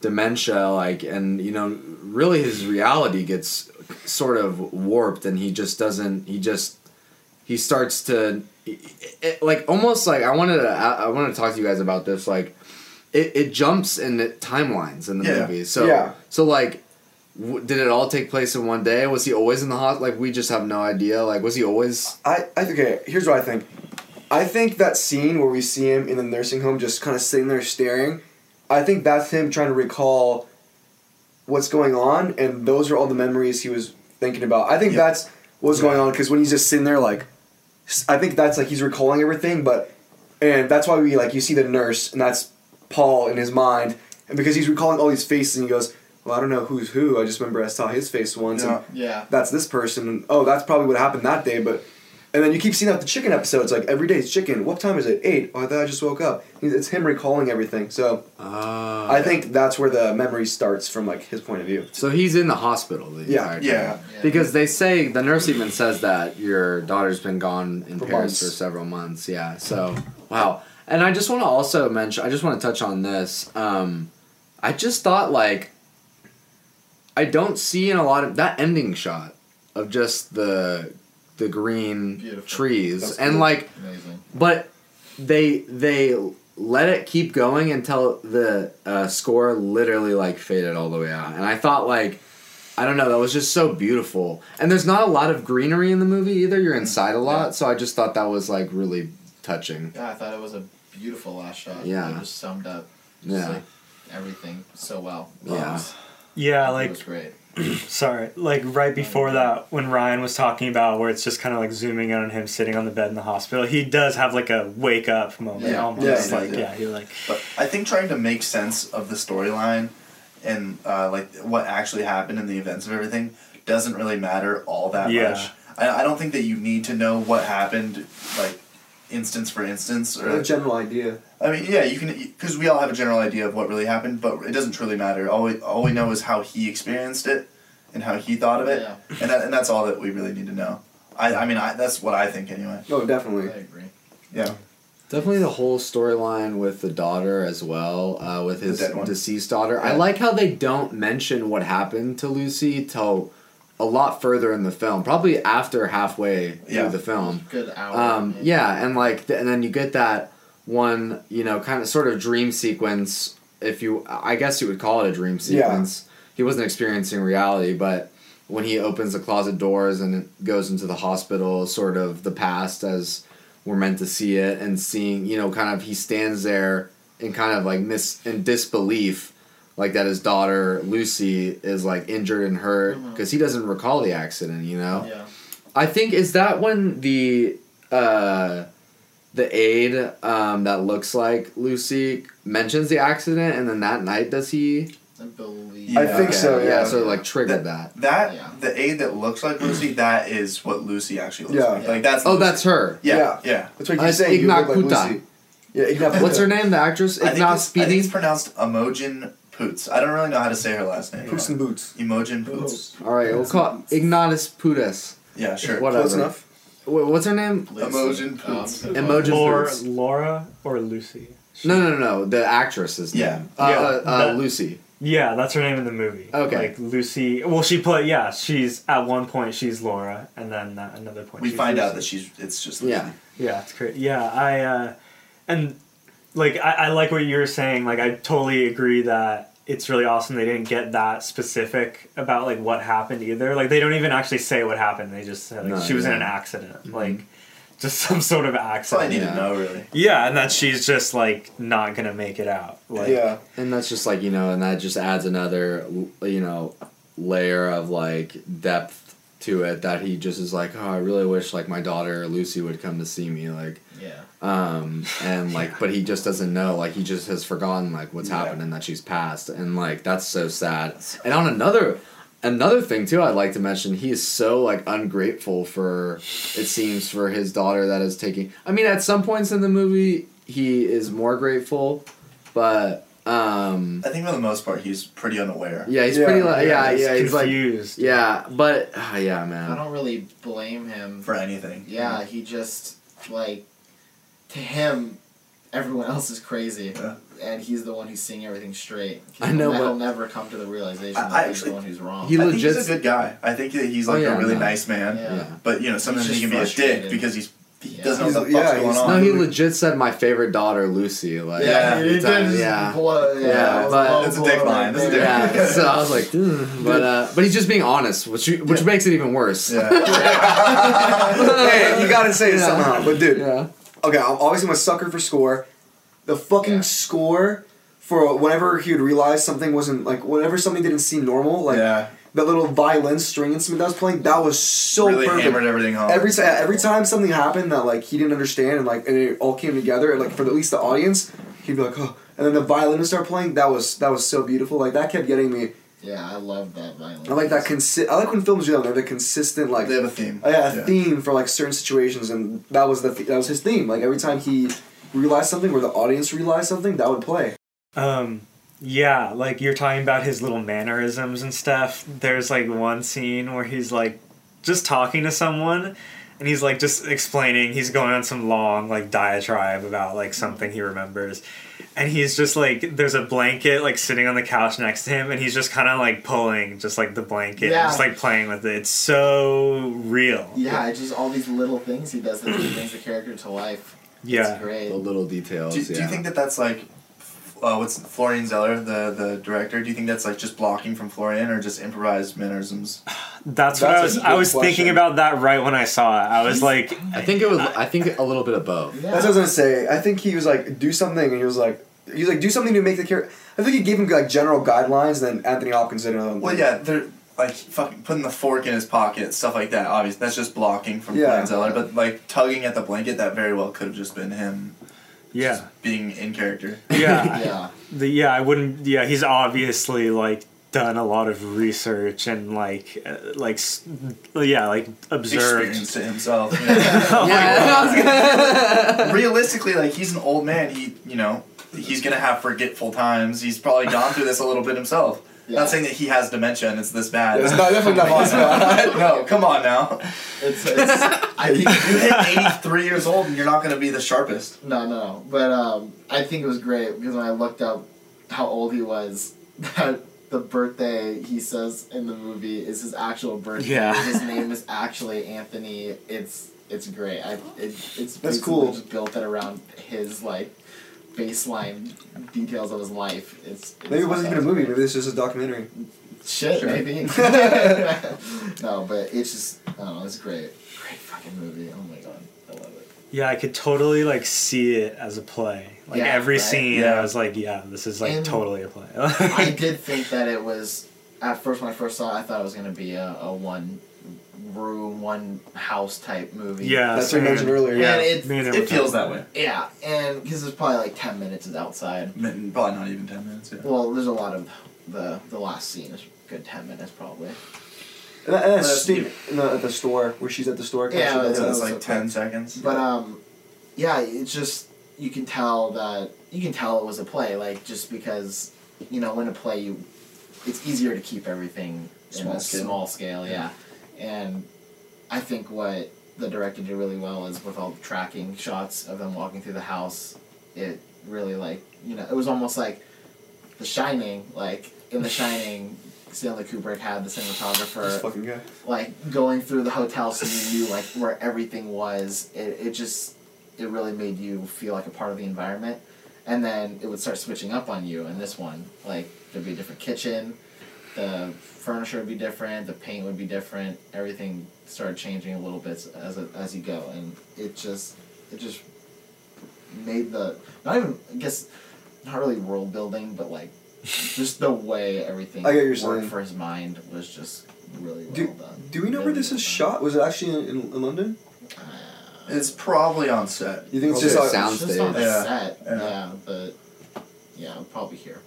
S2: dementia like and you know really his reality gets sort of warped and he just doesn't he just he starts to it, it- like almost like I wanted to I, I wanted to talk to you guys about this like it, it jumps in the timelines in the
S3: Yeah.
S2: movie so
S4: Yeah.
S2: so like w- did it all take place in one day was he always in the hospital like we just have no idea like was he always
S4: I, I okay. Here's what I think. I think that scene where we see him in the nursing home, just kind of sitting there staring. I think that's him trying to recall what's going on, and those are all the memories he was thinking about. I think
S3: Yeah.
S4: that's what's going on because when he's just sitting there, like, s- I think that's like he's recalling everything, but and that's why we like you see the nurse, and that's Paul in his mind, and because he's recalling all these faces, and he goes, "Well, I don't know who's who. I just remember I saw his face once,
S3: Yeah.
S4: and
S1: Yeah.
S4: that's this person. And, oh, that's probably what happened that day, but." And then you keep seeing that the chicken episodes, like every day it's chicken. What time is it? Eight. Oh, I thought I just woke up. It's him recalling everything. So
S2: Uh,
S4: I think that's where the memory starts from, like his point of view.
S2: so he's in the hospital the
S4: Yeah.
S2: entire time.
S3: Yeah.
S2: Because they say the nurse even says that your daughter's been gone in
S4: For
S2: Paris
S4: months.
S2: for several months. Yeah. So wow. And I just want to also mention. I just want to touch on this. Um, I just thought like I don't see in a lot of that ending shot of just the the green
S1: Beautiful.
S2: trees
S4: That's
S2: and
S4: cool.
S2: like
S1: Amazing.
S2: but they they let it keep going until the uh, score literally like faded all the way out, and I thought like. I don't know. That was just so beautiful, and there's not a lot of greenery in the movie either. You're inside a lot, so I just thought that was like really touching.
S1: Yeah, I thought it was a beautiful last shot.
S2: Yeah.
S1: It just summed up just
S2: Yeah,
S1: like everything so well.
S2: yeah,
S5: Yeah,
S1: it
S5: like
S1: was great.
S5: sorry, like right before that, when Ryan was talking about where it's just kind of like zooming in on him sitting on the bed in the hospital, he does have like a wake up moment,
S1: Yeah.
S5: almost
S3: Yeah,
S5: like
S3: yeah,
S5: yeah.
S3: yeah.
S5: you're like
S3: But I think trying to make sense of the storyline and uh, like what actually happened and the events of everything doesn't really matter all that
S5: Yeah.
S3: much. I, I don't think that you need to know what happened, like instance for instance, or
S4: A general idea.
S3: I mean, yeah, you can because we all have a general idea of what really happened, but it doesn't truly matter. All we all we know is how he experienced it and how he thought of it,
S1: Yeah.
S3: and that and that's all that we really need to know. I, I mean, I, that's what I think anyway.
S4: Oh,
S1: I
S4: definitely.
S1: agree.
S3: Yeah,
S2: definitely the whole storyline with the daughter as well, uh, with his
S3: dead one.
S2: deceased daughter. I
S3: Yeah.
S2: like how they don't mention what happened to Lucy till a lot further in the film, probably after halfway
S3: Yeah.
S2: through the film.
S1: Good hour.
S2: Um, yeah, and like, th- and then you get that one, you know, kind of sort of dream sequence. If you, I guess you would call it a dream
S4: Yeah.
S2: sequence. He wasn't experiencing reality, but when he opens the closet doors and it goes into the hospital, sort of the past as we're meant to see it, and seeing, you know, kind of he stands there in kind of like mis in disbelief. Like that, his daughter Lucy is like injured and hurt because he doesn't recall the accident, you know.
S1: Yeah.
S2: I think is that when the uh, the aide um, that looks like Lucy mentions the accident, and then that night does he?
S1: I believe.
S3: I
S4: think so, yeah.
S2: so it, like triggered that.
S3: that
S1: Yeah.
S3: the aide that looks like Lucy, that is what Lucy actually looks
S4: Yeah.
S3: like. Like that's
S2: Oh,
S3: Lucy.
S2: that's her.
S3: yeah, yeah.
S4: That's what
S2: Uh,
S4: you're saying. You look like
S2: Ignakuta.
S4: Lucy. Yeah, Ignakuta.
S2: What's her name? The actress.
S3: I, think
S2: Ignace
S3: it's, I think it's
S2: Speedy.
S3: pronounced Emojin Poots. I don't really know how to say her last name.
S4: Boots and Boots.
S3: Emojin Poots.
S2: All right, we'll call Ignatus Pudas.
S3: Yeah, sure.
S2: Whatever.
S4: Close enough.
S2: Wait, what's her name?
S3: Emojin
S1: Um,
S3: Poots.
S2: Emojin
S5: Laura,
S2: Poots.
S5: Laura or Lucy.
S2: No, no, no, no. The actress is.
S3: Yeah.
S2: Name. Uh,
S5: Yeah,
S2: uh, uh,
S5: that-
S2: Lucy.
S5: Yeah, that's her name in the movie.
S2: Okay.
S5: like Lucy. Well, she played. Yeah, she's at one point she's Laura, and then at another point
S3: We
S5: she's
S3: find
S5: Lucy.
S3: out that she's it's just Lucy.
S2: Yeah.
S5: Yeah, it's great. Yeah, I uh, and like I, I like what you were saying. Like I totally agree that it's really awesome they didn't get that specific about like what happened either. Like they don't even actually say what happened. They just said like
S2: No,
S5: she was in
S2: yeah. Mm-hmm.
S5: an accident, like just some sort of
S3: That's all I
S5: accident.
S3: need
S2: Yeah.
S3: to know really.
S5: yeah, and that she's just like not gonna make it out. Like,
S4: yeah.
S2: And that's just like, you know, and that just adds another, you know, layer of like depth to it that he just is like, oh, I really wish like my daughter Lucy would come to see me. Like,
S1: Yeah.
S2: um, and like, but he just doesn't know. Like, he just has forgotten like what's
S3: Yeah.
S2: happened and that she's passed. And like, that's so sad. And on another, another thing too, I'd like to mention, he is so like ungrateful for, it seems, for his daughter that is taking. I mean, at some points in the movie, he is more grateful, but. Um,
S3: I think for the most part he's pretty unaware.
S2: yeah, he's
S4: Yeah,
S2: pretty. Li- yeah, yeah,
S5: he's
S2: he's like.
S5: confused.
S2: Yeah, but ah, yeah,
S1: I
S2: man.
S1: don't really blame him
S3: For anything.
S1: Yeah, he just like to him, everyone else is crazy,
S3: Yeah.
S1: and he's the one who's seeing everything straight.
S2: I know,
S1: He'll,
S2: but-
S1: he'll never come to the realization
S3: I-
S1: that
S3: I
S1: he's
S3: actually-
S1: the one who's wrong.
S2: He
S3: I think he's
S2: legit-
S3: a good guy. I think that he's
S2: Oh,
S3: like
S2: yeah,
S3: a really
S2: no.
S3: nice man.
S1: Yeah.
S2: Yeah.
S3: But you know, sometimes
S1: just
S3: he can be a dick
S1: frustrated.
S3: because he's he
S1: Yeah.
S3: doesn't know what the
S4: He's-
S3: fuck's
S4: yeah,
S3: going
S4: he's-
S2: No,
S3: on.
S2: he legit said my favorite daughter, Lucy. Like,
S1: yeah, he
S2: every
S1: did
S2: time,
S1: just
S2: yeah.
S1: blow- yeah,
S2: Yeah,
S1: it was
S2: but-
S1: blow-
S3: That's a dick
S1: blow
S3: line,
S1: right
S3: that's a
S1: there.
S3: dick line.
S2: Yeah, so I was like, "Ugh," but uh, but he's just being honest, which you- which makes it even worse.
S3: Yeah.
S4: Hey, you gotta say it
S2: Yeah.
S4: somehow. But dude,
S2: Yeah.
S4: okay, I'm obviously I'm a sucker for score. The fucking
S1: Yeah.
S4: score for whenever he would realize something wasn't like whenever something didn't seem normal, like
S3: Yeah.
S4: that little violin string instrument that was playing, that was so
S3: really
S4: perfect.
S3: hammered everything home.
S4: Every time, every time something happened that like he didn't understand, and like and it all came together, and like for at least the audience, he'd be like, oh. And then the violin would start playing. That was that was so beautiful. Like that kept getting me.
S9: Yeah, I love that violin.
S4: I like that consi- I like when films do that. They're the consistent like
S3: they have Oh, a theme.
S4: I had a theme for like certain situations, and that was the th- that was his theme. Like every time he realized something, or the audience realized something, that would play.
S5: Um, yeah, like you're talking about his little mannerisms and stuff. There's like one scene where he's like just talking to someone and he's like just explaining, he's going on some long like diatribe about like something he remembers. And he's just like, there's a blanket like sitting on the couch next to him, and he's just kind of like pulling just like the blanket,
S9: Yeah.
S5: and just like playing with it. It's so real.
S9: Yeah, it's just all these little things he does that brings the character to life.
S5: Yeah.
S9: It's great.
S2: The little details.
S3: Do, do you
S2: Oh, yeah.
S3: think that that's like, uh, what's Florian Zeller, the the director? Do you think that's like just blocking from Florian or just improvised mannerisms?
S5: That's what
S4: That's
S5: I
S4: a
S5: was.
S4: good
S5: I was
S4: question.
S5: thinking about that right when I saw it. I was like,
S2: I think it was. I think a little bit of both.
S9: Yeah.
S4: That's what I was gonna say. I think he was like, do something, and he was like, he was like, do something to make the character. I think he gave him like general guidelines. Then Anthony Hopkins did another.
S3: Well, yeah, they're like fucking putting the fork in his pocket, stuff like that. Obviously, that's just blocking from
S4: Yeah.
S3: Florian Zeller, but like tugging at the blanket, that very well could have just been him
S5: yeah,
S3: being in character.
S5: yeah,
S9: yeah.
S5: The, yeah, I wouldn't. Yeah, he's obviously like done a lot of research and like uh, like s- yeah, like observed.
S3: Experienced it himself. yeah. realistically, like he's an old man. He, you know, he's gonna have forgetful times. He's probably gone through this a little bit himself.
S9: Yeah.
S3: Not saying that he has dementia and it's this bad.
S4: It's not, definitely not possible.
S3: no, come on now.
S9: It's, it's I think
S3: You hit 83 years old and you're not gonna be the sharpest.
S9: No, no. But um, I think it was great because when I looked up how old he was, that the birthday he says in the movie is his actual birthday.
S5: Yeah.
S9: His name is actually Anthony. It's it's great. I it, it's
S4: That's
S9: basically
S4: cool.
S9: Just built it around his like baseline details of his life. It's, it's
S4: Maybe it wasn't even a movie.
S9: great.
S4: Maybe this is just a documentary.
S9: Shit,
S3: Sure.
S9: maybe. no, but it's just I don't know. It's great. Great fucking movie. Oh my god, I love it.
S5: Yeah, I could totally like see it as a play. Like
S9: Yeah,
S5: every
S9: right?
S5: scene,
S3: Yeah.
S5: I was like, yeah, this is like
S9: And-
S5: totally a play.
S9: I did think that it was at first when I first saw it, I thought it was gonna be a, a one room, one house type movie.
S5: yeah,
S4: That's what I mentioned earlier.
S9: Yeah. And it-
S5: me and him were
S3: It feels
S5: talking
S3: that way.
S9: Yeah, and because there's probably like ten minutes is outside.
S3: Min- Probably not even 10 minutes. Yeah.
S9: Well, there's a lot of the the last scene is a good ten minutes probably.
S4: And that, and that
S3: That's
S4: scene in the, at the store where she's at the store.
S9: Yeah,
S4: cashier,
S9: that's-
S3: So
S4: that's-
S3: it's like 10 seconds.
S9: But um, yeah, it's just you can tell that you can tell it was a play, like just because you know in a play you, it's easier to keep everything in
S3: Small
S9: a
S3: scale.
S9: small scale, yeah. And I think what the director did really well is with all the tracking shots of them walking through the house, it really like you know it was almost like The Shining, like in The Shining. Stanley Kubrick had the
S4: this
S9: cinematographer
S4: fucking guy.
S9: like going through the hotel so you knew like where everything was it, it just it really made you feel like a part of the environment and then it would start switching up on you in this one like there'd be a different kitchen the furniture would be different the paint would be different everything started changing a little bit as a, as you go and it just it just made the not even i guess not really world building but like just the way everything
S4: I get what you're
S9: worked
S4: saying.
S9: for his mind was just really well
S4: Do,
S9: done
S4: do we know where this is shot? Was it actually in, in, in London?
S3: it's probably on set.
S4: You think it's
S2: Okay,
S4: just like,
S2: sound-
S9: It's just on the
S3: Yeah,
S9: set. Yeah.
S3: yeah.
S9: but yeah, probably here.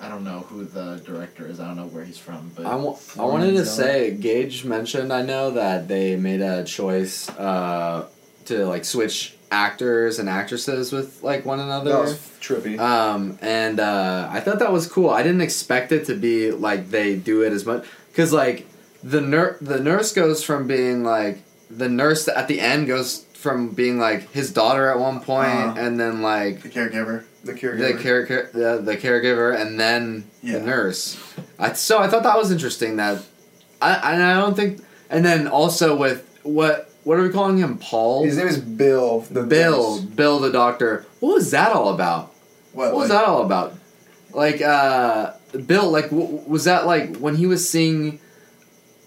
S9: I don't know who the director is. I don't know where he's from, but
S2: I wa- I wanted to say Gage mentioned I know that they made a choice uh, to like switch actors and actresses with like one another.
S4: that was
S9: Uh,
S4: trippy?
S2: Um, and uh, I thought that was cool. I didn't expect it to be like they do it as much because like the nur- the nurse goes from being like the nurse at the end goes from being like his daughter at one point,
S3: Uh-huh.
S2: and then like
S3: The caregiver.
S4: the caregiver.
S2: the care, care the, the caregiver and then
S3: Yeah.
S2: the nurse. I, so I thought that was interesting that I and I don't think and then also with what what are we calling him Paul
S4: His name is Bill. The
S2: Bill Bill the doctor. What was that all about?
S3: What,
S2: What was
S3: like-
S2: that all about? Like uh Bill like w- was that like when he was seeing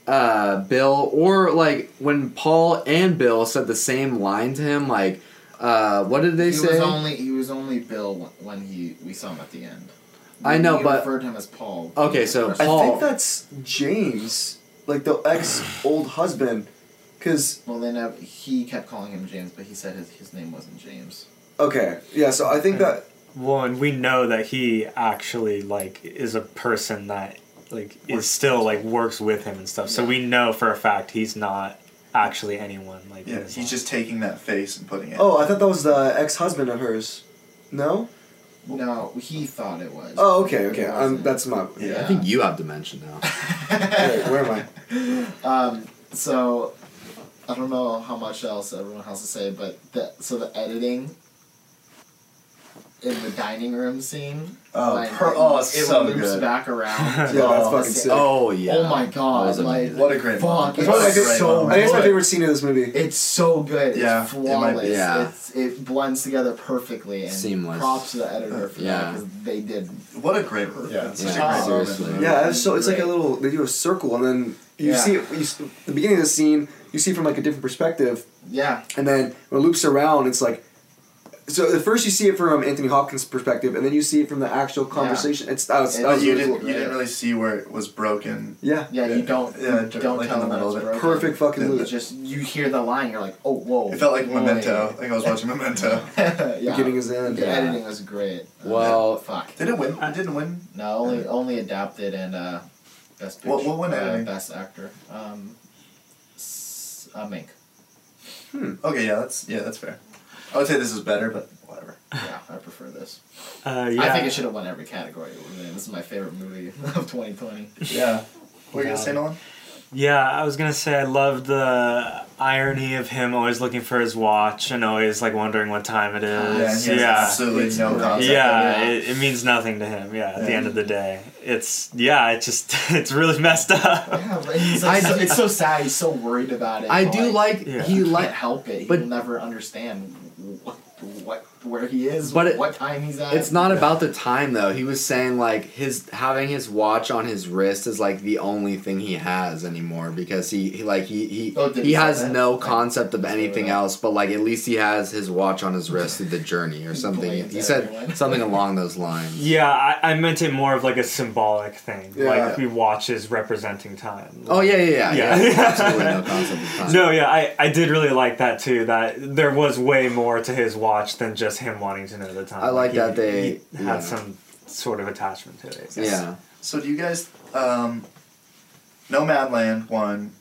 S2: uh Bill or like when Paul and Bill said the same line to him like Uh, what did they
S9: he
S2: say?
S9: was only he was only Bill wh- when he we saw him at the end.
S2: I know,
S9: we
S2: but-
S9: referred him as Paul.
S2: Okay, so
S4: I
S2: Paul-
S4: think that's James, like the ex old husband, because
S9: well, then uh, he kept calling him James, but he said his, his name wasn't James.
S4: okay, yeah. So I think that
S5: Well, and we know that he actually like is a person that like is still like works with him and stuff. So we know for a fact he's not actually anyone like. in
S3: Yeah,
S5: his
S3: he's
S5: life.
S3: just taking that face and putting it.
S4: oh, I thought that was the ex husband of hers. No.
S9: No, he thought it was.
S4: Oh, okay, okay.
S9: It
S4: Um,
S9: wasn't.
S4: that's my.
S2: I
S4: Yeah.
S2: think you have dementia now.
S4: Wait, where am I?
S9: So, I don't know how much else everyone has to say, but the so the editing in the dining room scene.
S3: Oh, per- oh,
S9: it,
S3: it's so
S9: loops
S3: good.
S9: back around.
S4: Yeah, that's
S9: Oh,
S4: fucking
S9: it's-
S4: sick.
S2: oh yeah.
S9: Oh my
S2: That
S9: god!
S2: was
S9: Like
S2: amazing.
S3: What a great
S9: fuck!
S3: moment.
S9: It's
S4: probably my
S3: great
S9: so
S3: moment.
S4: I think it's my
S9: good.
S4: favorite scene in this movie.
S9: It's so good.
S3: Yeah,
S9: it's
S3: it might
S9: flawless.
S3: be.
S2: Yeah.
S9: It's it blends together perfectly and
S2: Seamless.
S9: props to the editor for
S2: Yeah.
S9: that because they did.
S3: What a great movie.
S9: Yeah.
S3: Such a
S9: Yeah,
S3: great moment.
S2: seriously.
S4: Yeah, it's so it's like a
S9: Right.
S4: little. They do a circle, and then you
S9: Yeah.
S4: see it. You, s- the beginning of the scene, you see it from like a different perspective,
S9: Yeah,
S4: and then when it loops around, it's like. So at first you see it from Anthony Hopkins' perspective, and then you see it from the actual conversation. It's that was, that
S9: It's-
S4: was
S3: But oh, you
S4: really
S3: didn't.
S4: cool.
S3: You didn't really see where it was broken.
S4: Yeah.
S9: yeah. You don't
S3: Yeah,
S9: you
S3: like
S9: don't
S3: in
S9: tell
S3: the
S9: them
S3: middle
S9: it's
S3: of it.
S9: broken.
S4: Perfect fucking
S9: It's
S4: loop.
S9: just you hear the line, you're like, oh whoa.
S3: It felt like
S9: whoa.
S3: Memento. Like I was watching Memento.
S9: yeah.
S4: Beginning is end.
S9: The
S2: Yeah.
S9: editing was great. Uh,
S2: Well-
S9: fuck.
S3: Did it win? It didn't win.
S9: No, only only adapted and uh, best
S3: What-
S9: picture-
S3: what won
S9: uh,
S3: editing?
S9: best actor. Um, s- uh, Mink.
S3: Okay, yeah, that's yeah, that's fair. I would say this is better, but whatever.
S9: Yeah, I prefer this.
S5: Uh, yeah.
S9: I think it should have won every category. it was in. This is my favorite movie of 2020.
S3: Yeah. What were you gonna say, Nolan?
S5: Yeah, I was gonna say I love the irony of him always looking for his watch and always like wondering what time it is.
S3: he has
S5: Yeah,
S3: absolutely no
S5: yeah,
S3: concept.
S5: It, it means nothing to him. Yeah, at the end of the day, it's yeah, it just it's really messed up.
S9: Yeah, but he's like, so, it's so sad. He's so worried about it.
S2: I
S9: but,
S2: do like
S5: Yeah.
S2: he
S9: He
S2: like
S9: can't help it.
S2: but-
S9: He'll never understand what, what where he is,
S2: But it-
S9: what time he's at.
S2: It's not about the time though. He was saying like his having his watch on his wrist is like the only thing he has anymore because he, he like he he,
S9: Oh, did
S2: he
S9: he say
S2: has
S9: that?
S2: no concept of
S9: Did he say
S2: anything
S9: that?
S2: else. But like at least he has his watch on his wrist through the journey or something.
S9: blames
S2: He said
S9: everyone.
S2: something along those lines.
S5: Yeah, I, I meant it more of like a symbolic thing,
S4: Yeah.
S5: like we watches representing time.
S2: Oh yeah yeah yeah.
S5: Yeah.
S2: yeah. absolutely no concept of time.
S5: No, yeah, I, I did really like that too. That there was way more to his watch than just him wanting to know the time.
S2: I like
S5: he-
S2: that they-
S5: he had
S2: yeah.
S5: some sort of attachment to it.
S2: Yeah.
S3: So do you guys um Nomadland won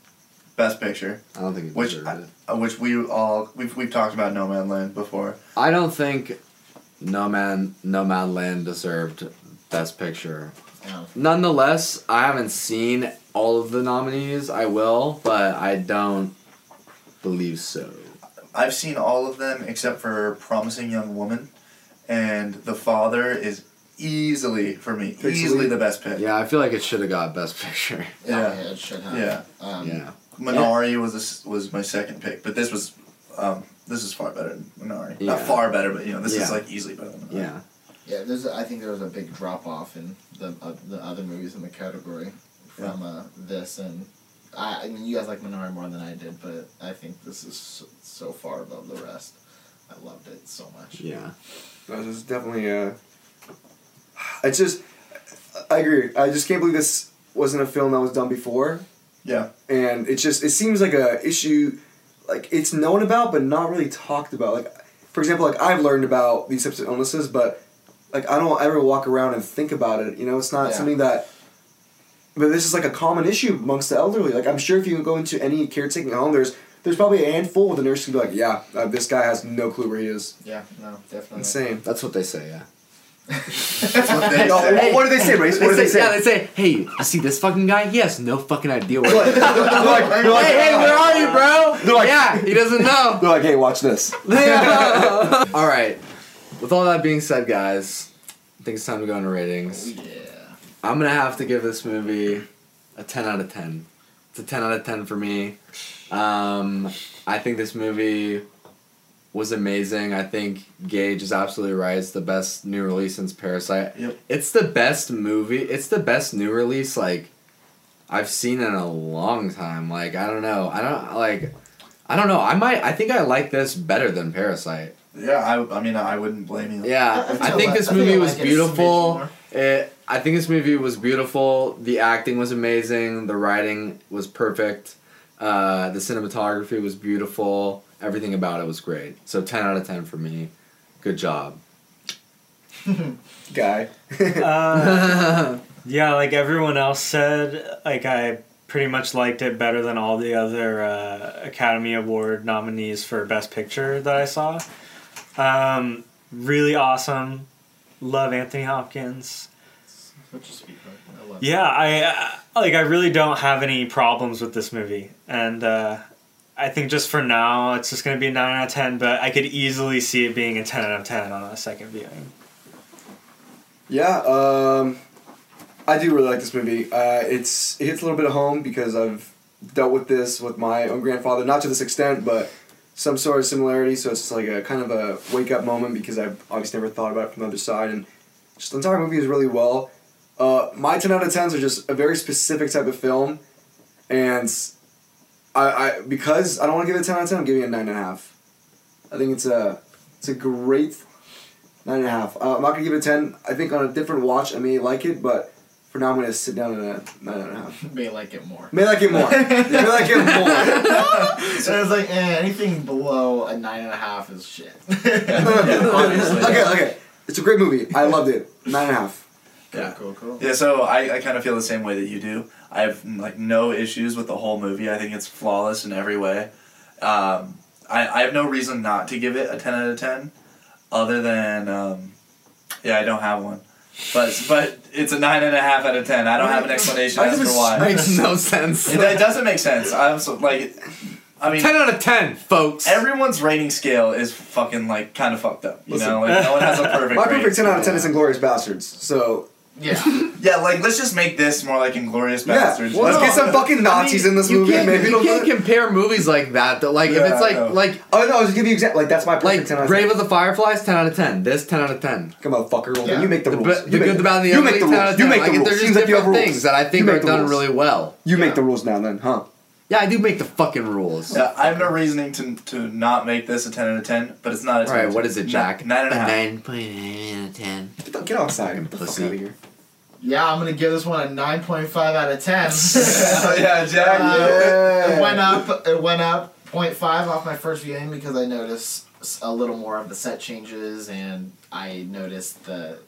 S3: Best Picture,
S2: I don't think it
S3: which
S2: deserved
S3: I,
S2: it.
S3: uh, which we all we've we've talked about Nomadland before.
S2: I don't think No Man No Man Land deserved Best Picture.
S9: No.
S2: Nonetheless, I haven't seen all of the nominees. I will, but I don't believe so.
S3: I've seen all of them except for Promising Young Woman and The Father is easily for me
S4: Pixely.
S3: easily the best pick.
S2: Yeah, I feel like it should have got Best Picture.
S9: Yeah,
S3: Yeah.
S9: it should have.
S3: Yeah.
S9: Um,
S2: Yeah.
S3: Minari was a s was my second pick, but this was um, this is far better than Minari.
S2: Yeah.
S3: Not far better, but you know this
S2: Yeah.
S3: is like easily better than Minari.
S2: Yeah.
S9: Yeah, there's. I think there was a big drop off in the uh, the other movies in the category from uh, this, and I, I mean, you guys like Minari more than I did, but I think this is so, so far above the rest. I loved it so much.
S2: Yeah.
S4: This is definitely uh It's just, I agree. I just can't believe this wasn't a film that was done before,
S3: Yeah.
S4: and it just it seems like a issue, like it's known about but not really talked about. Like, for example, like I've learned about these types of illnesses, but like I don't ever walk around and think about it. You know, it's not
S9: Yeah.
S4: something that. But this is like a common issue amongst the elderly. Like I'm sure if you go into any caretaking home, there's there's probably a handful with a nurse who'd be like, yeah, uh, this guy has no clue where he is.
S9: Yeah, no, definitely.
S4: Insane.
S2: That's what they say, yeah.
S3: That's what they
S4: Oh,
S3: say.
S4: what- what do they say, Race?
S2: They
S4: What do
S2: say,
S4: they say?
S2: Yeah, they say, hey, you see this fucking guy? He has no fucking idea where he is.
S4: they're like, they're like,
S2: hey, hey, where are you, bro?
S4: They're like-
S2: yeah, he doesn't know.
S4: they're like, hey, watch this.
S2: all right. With all that being said, guys, I think it's time to go into ratings.
S9: Oh, Yeah.
S2: I'm gonna have to give this movie a ten out of ten. It's a ten out of ten for me. Um, I think this movie was amazing. I think Gage is absolutely right. It's the best new release since Parasite.
S3: Yep.
S2: It's the best movie. It's the best new release like I've seen in a long time. Like I don't know. I don't like. I don't know. I might. I think I like this better than Parasite.
S3: Yeah, I, I mean, I wouldn't blame you.
S2: Yeah,
S9: I- I
S2: I
S9: feel
S2: think
S9: like-
S2: this
S9: I feel
S2: movie
S9: like
S2: was
S9: it's
S2: beautiful.
S9: visual.
S2: It, I think this movie was beautiful. The acting was amazing. The writing was perfect. Uh, the cinematography was beautiful. Everything about it was great. So ten out of ten for me. Good job.
S4: guy.
S5: Uh, yeah, like everyone else said, like I pretty much liked it better than all the other uh, Academy Award nominees for Best Picture that I saw. Um, really awesome. Love Anthony Hopkins.
S9: Which is I love
S5: Yeah, I uh, like. I really don't have any problems with this movie, and uh, I think just for now, it's just gonna be a nine out of ten. But I could easily see it being a ten out of ten on a second viewing.
S4: Yeah, um, I do really like this movie. Uh, it's it hits a little bit of home because I've dealt with this with my own grandfather, not to this extent, but some sort of similarity. So it's like a kind of a wake up moment because I've obviously never thought about it from the other side, and just the entire movie is really well. Uh, my ten out of tens are just a very specific type of film, and I, I because I don't want to give it a ten out of ten, I'm giving it a nine and a half. I think it's a it's a great Nine and a half. Uh, I'm not gonna give it a ten. I think on a different watch I may like it, but for now I'm gonna sit down at a nine and a half.
S9: May like it more.
S4: May like it more. may like it more.
S9: So it's like eh, anything below a nine and a half is shit.
S4: Obviously. Okay, okay. It's a great movie. I loved it. Nine and a half.
S3: Yeah.
S9: Cool, cool.
S3: Yeah, so I, I kind of feel the same way that you do. I have mm, like no issues with the whole movie. I think it's flawless in every way. Um, I, I have no reason not to give it a ten out of ten, other than um, yeah, I don't have one. But but it's a nine and a half out of ten. I don't have an explanation
S4: I
S3: as
S4: give
S3: to
S4: it
S3: why.
S2: Makes no sense.
S3: It, that doesn't make sense. I'm so, like, I mean,
S2: ten out of ten, folks.
S3: everyone's rating scale is fucking like kind of fucked up. You
S4: Listen.
S3: know, like no one has a perfect.
S4: My
S3: rating
S4: perfect ten out of ten
S3: scale.
S4: is Inglorious Bastards. So
S9: Yeah.
S3: Yeah, like let's just make this more like Inglorious
S4: yeah,
S3: Bastards.
S4: let's get some fucking Nazis in this
S2: you
S4: movie.
S2: Can't,
S4: Maybe
S2: you
S4: it'll
S2: can't compare movies like that. Though, like if
S3: Yeah,
S2: it's
S3: I
S2: like
S3: know.
S2: like
S4: Oh no, I'll just give you example. Like that's my perfect
S2: like
S4: ten out of ten.
S2: Brave of the Fireflies, ten out of ten. This ten out of ten.
S4: Come on, fucker. Well,
S9: Yeah.
S4: You make the,
S2: The,
S4: rules.
S2: ba-
S4: You
S2: the
S4: make
S2: good, the bad, and the
S4: you
S2: ugly.
S4: make the
S2: 10 out
S4: rules.
S2: of
S4: You
S2: 10.
S4: make the
S2: Like,
S4: rules.
S2: There's
S4: Seems
S2: just
S4: like you have
S2: different
S4: rules.
S2: things that I
S4: You
S2: think
S4: make
S2: are
S4: the
S2: done
S4: rules.
S2: really well.
S4: You make the rules now, then, huh?
S2: Yeah, I do make the fucking rules.
S3: Yeah, I have no reasoning to to not make this a ten out of ten, but it's not a
S2: All
S3: ten.
S2: right, what is it, Jack?
S3: Nine and a half.
S2: Nine point nine out of ten.
S4: Get the- Get outside.
S2: Fucking
S4: Get the fuck
S2: pussy.
S4: outta here.
S9: Yeah, I'm gonna give this one a nine point five out of ten.
S3: yeah, Jack.
S9: Uh,
S3: yeah.
S9: It went up. It went up 0.5 off my first viewing because I noticed s- a little more of the set changes and I noticed the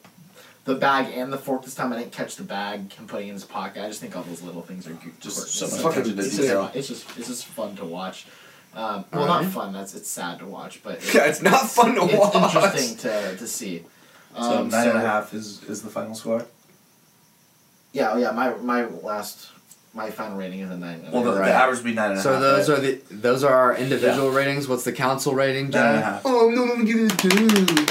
S9: the bag and the fork this time. I didn't catch the bag. Him putting it in his pocket. I just think all those little things are good.
S3: Just
S9: quirks.
S3: so
S9: It's
S3: much
S9: just-
S3: attention to
S9: it's
S3: detail.
S9: just- It's just it's just fun to watch. Um, well, not fun. That's it's sad to watch, but it-
S4: Yeah, it's not fun to
S9: it's
S4: watch.
S9: interesting to to see.
S3: So
S9: Um,
S3: nine and a half is is the final score.
S9: Yeah, oh yeah. My my last my final rating is a nine. and a
S3: Well,
S9: half.
S3: the,
S2: Right.
S3: the average would be nine and a half.
S2: So those
S3: right?
S2: are the those are our individual ratings. What's the council rating,
S3: nine and a
S2: Jack?
S3: half.
S4: Oh no, let me give you a two.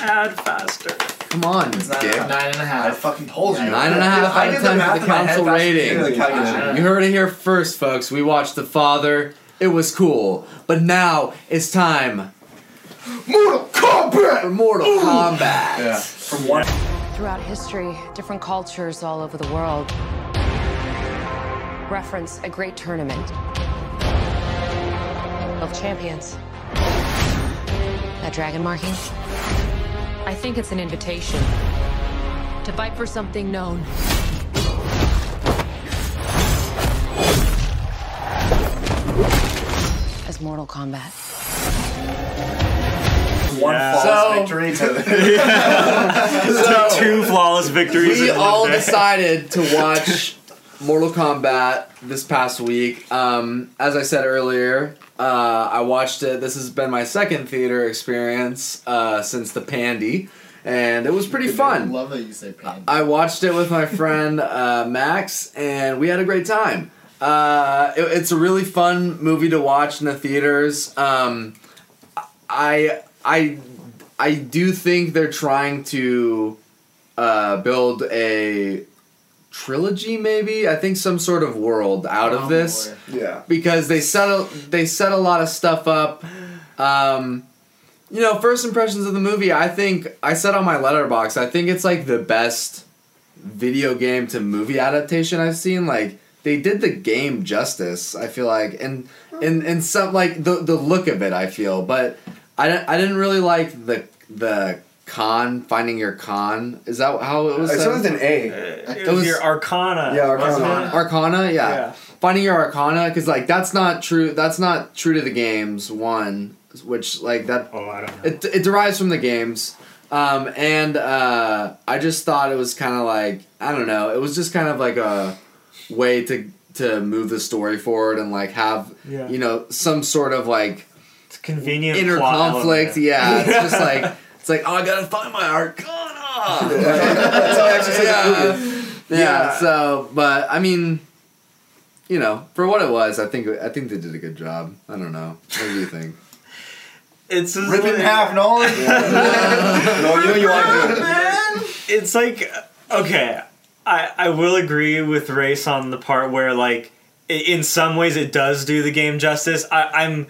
S5: Add faster.
S2: Come on,
S3: It's nine and a
S2: dick.
S3: half.
S9: nine and a half.
S3: I fucking told you.
S2: Nine and a half
S3: I
S2: out
S3: did
S2: of
S3: the
S2: ten for
S3: math
S2: the
S3: in my head
S2: council
S3: faster than
S2: rating.
S3: the calculation.
S9: Yeah.
S2: You heard it here first, folks. We watched The Father. It was cool, but now it's time
S3: Mortal
S2: for
S3: Kombat.
S2: Mortal Kombat.
S3: Yeah, from one
S7: Throughout history, different cultures all over the world reference a great tournament of champions. That dragon marking? I think it's an invitation to fight for something known. As Mortal Kombat.
S3: one
S5: Yeah.
S3: false
S2: So-
S3: victory to the.
S5: Two flawless victories.
S2: we
S5: in
S2: all
S5: one day.
S2: decided to watch Mortal Kombat this past week. Um, as I said earlier, uh, I watched it. This has been my second theater experience uh, since the Pandy, and it was pretty
S9: I
S2: fun.
S9: love that you say panda.
S4: Uh,
S2: I watched it with my friend uh, Max, and we had a great time. Uh, it- it's a really fun movie to watch in the theaters. Um, I I I do think they're trying to uh, build a trilogy, maybe. I think some sort of world out of
S9: Oh,
S2: this
S9: boy.
S4: Yeah.
S2: because they settle they set a lot of stuff up. Um, you know, first impressions of the movie. I think I said on my letterbox. I think it's like the best video game to movie adaptation I've seen. Like they did the game justice. I feel like, and and and some like the the look of it. I feel, but I didn't, I didn't really like the the con finding your con. Is that how it was?
S4: It's
S2: said?
S4: with an A.
S5: It was your Arcana.
S4: Yeah, Arcana.
S2: Arcana. Arcana, yeah.
S5: Yeah.
S2: Finding your Arcana, because like that's not true. That's not true to the games. One, which like that.
S5: Oh, I don't know.
S2: It it derives from the games. Um, and uh, I just thought it was kind of like I don't know. It was just kind of like a way to to move the story forward and like have
S5: Yeah.
S2: you know some sort of like
S5: It's convenient.
S2: inner
S5: plot element.
S2: conflict. Yeah, it's just like it's like oh, I gotta find my arcana. yeah. yeah,
S4: Yeah.
S2: So, but I mean, you know, for what it was, I think I think they did a good job. I don't know. What do you think?
S5: It's just
S3: Rip it in
S5: like-
S3: half, Nolan.
S4: no, you know you want to.
S5: it's like okay i i will agree with race on the part where like i- in some ways it does do the game justice i i'm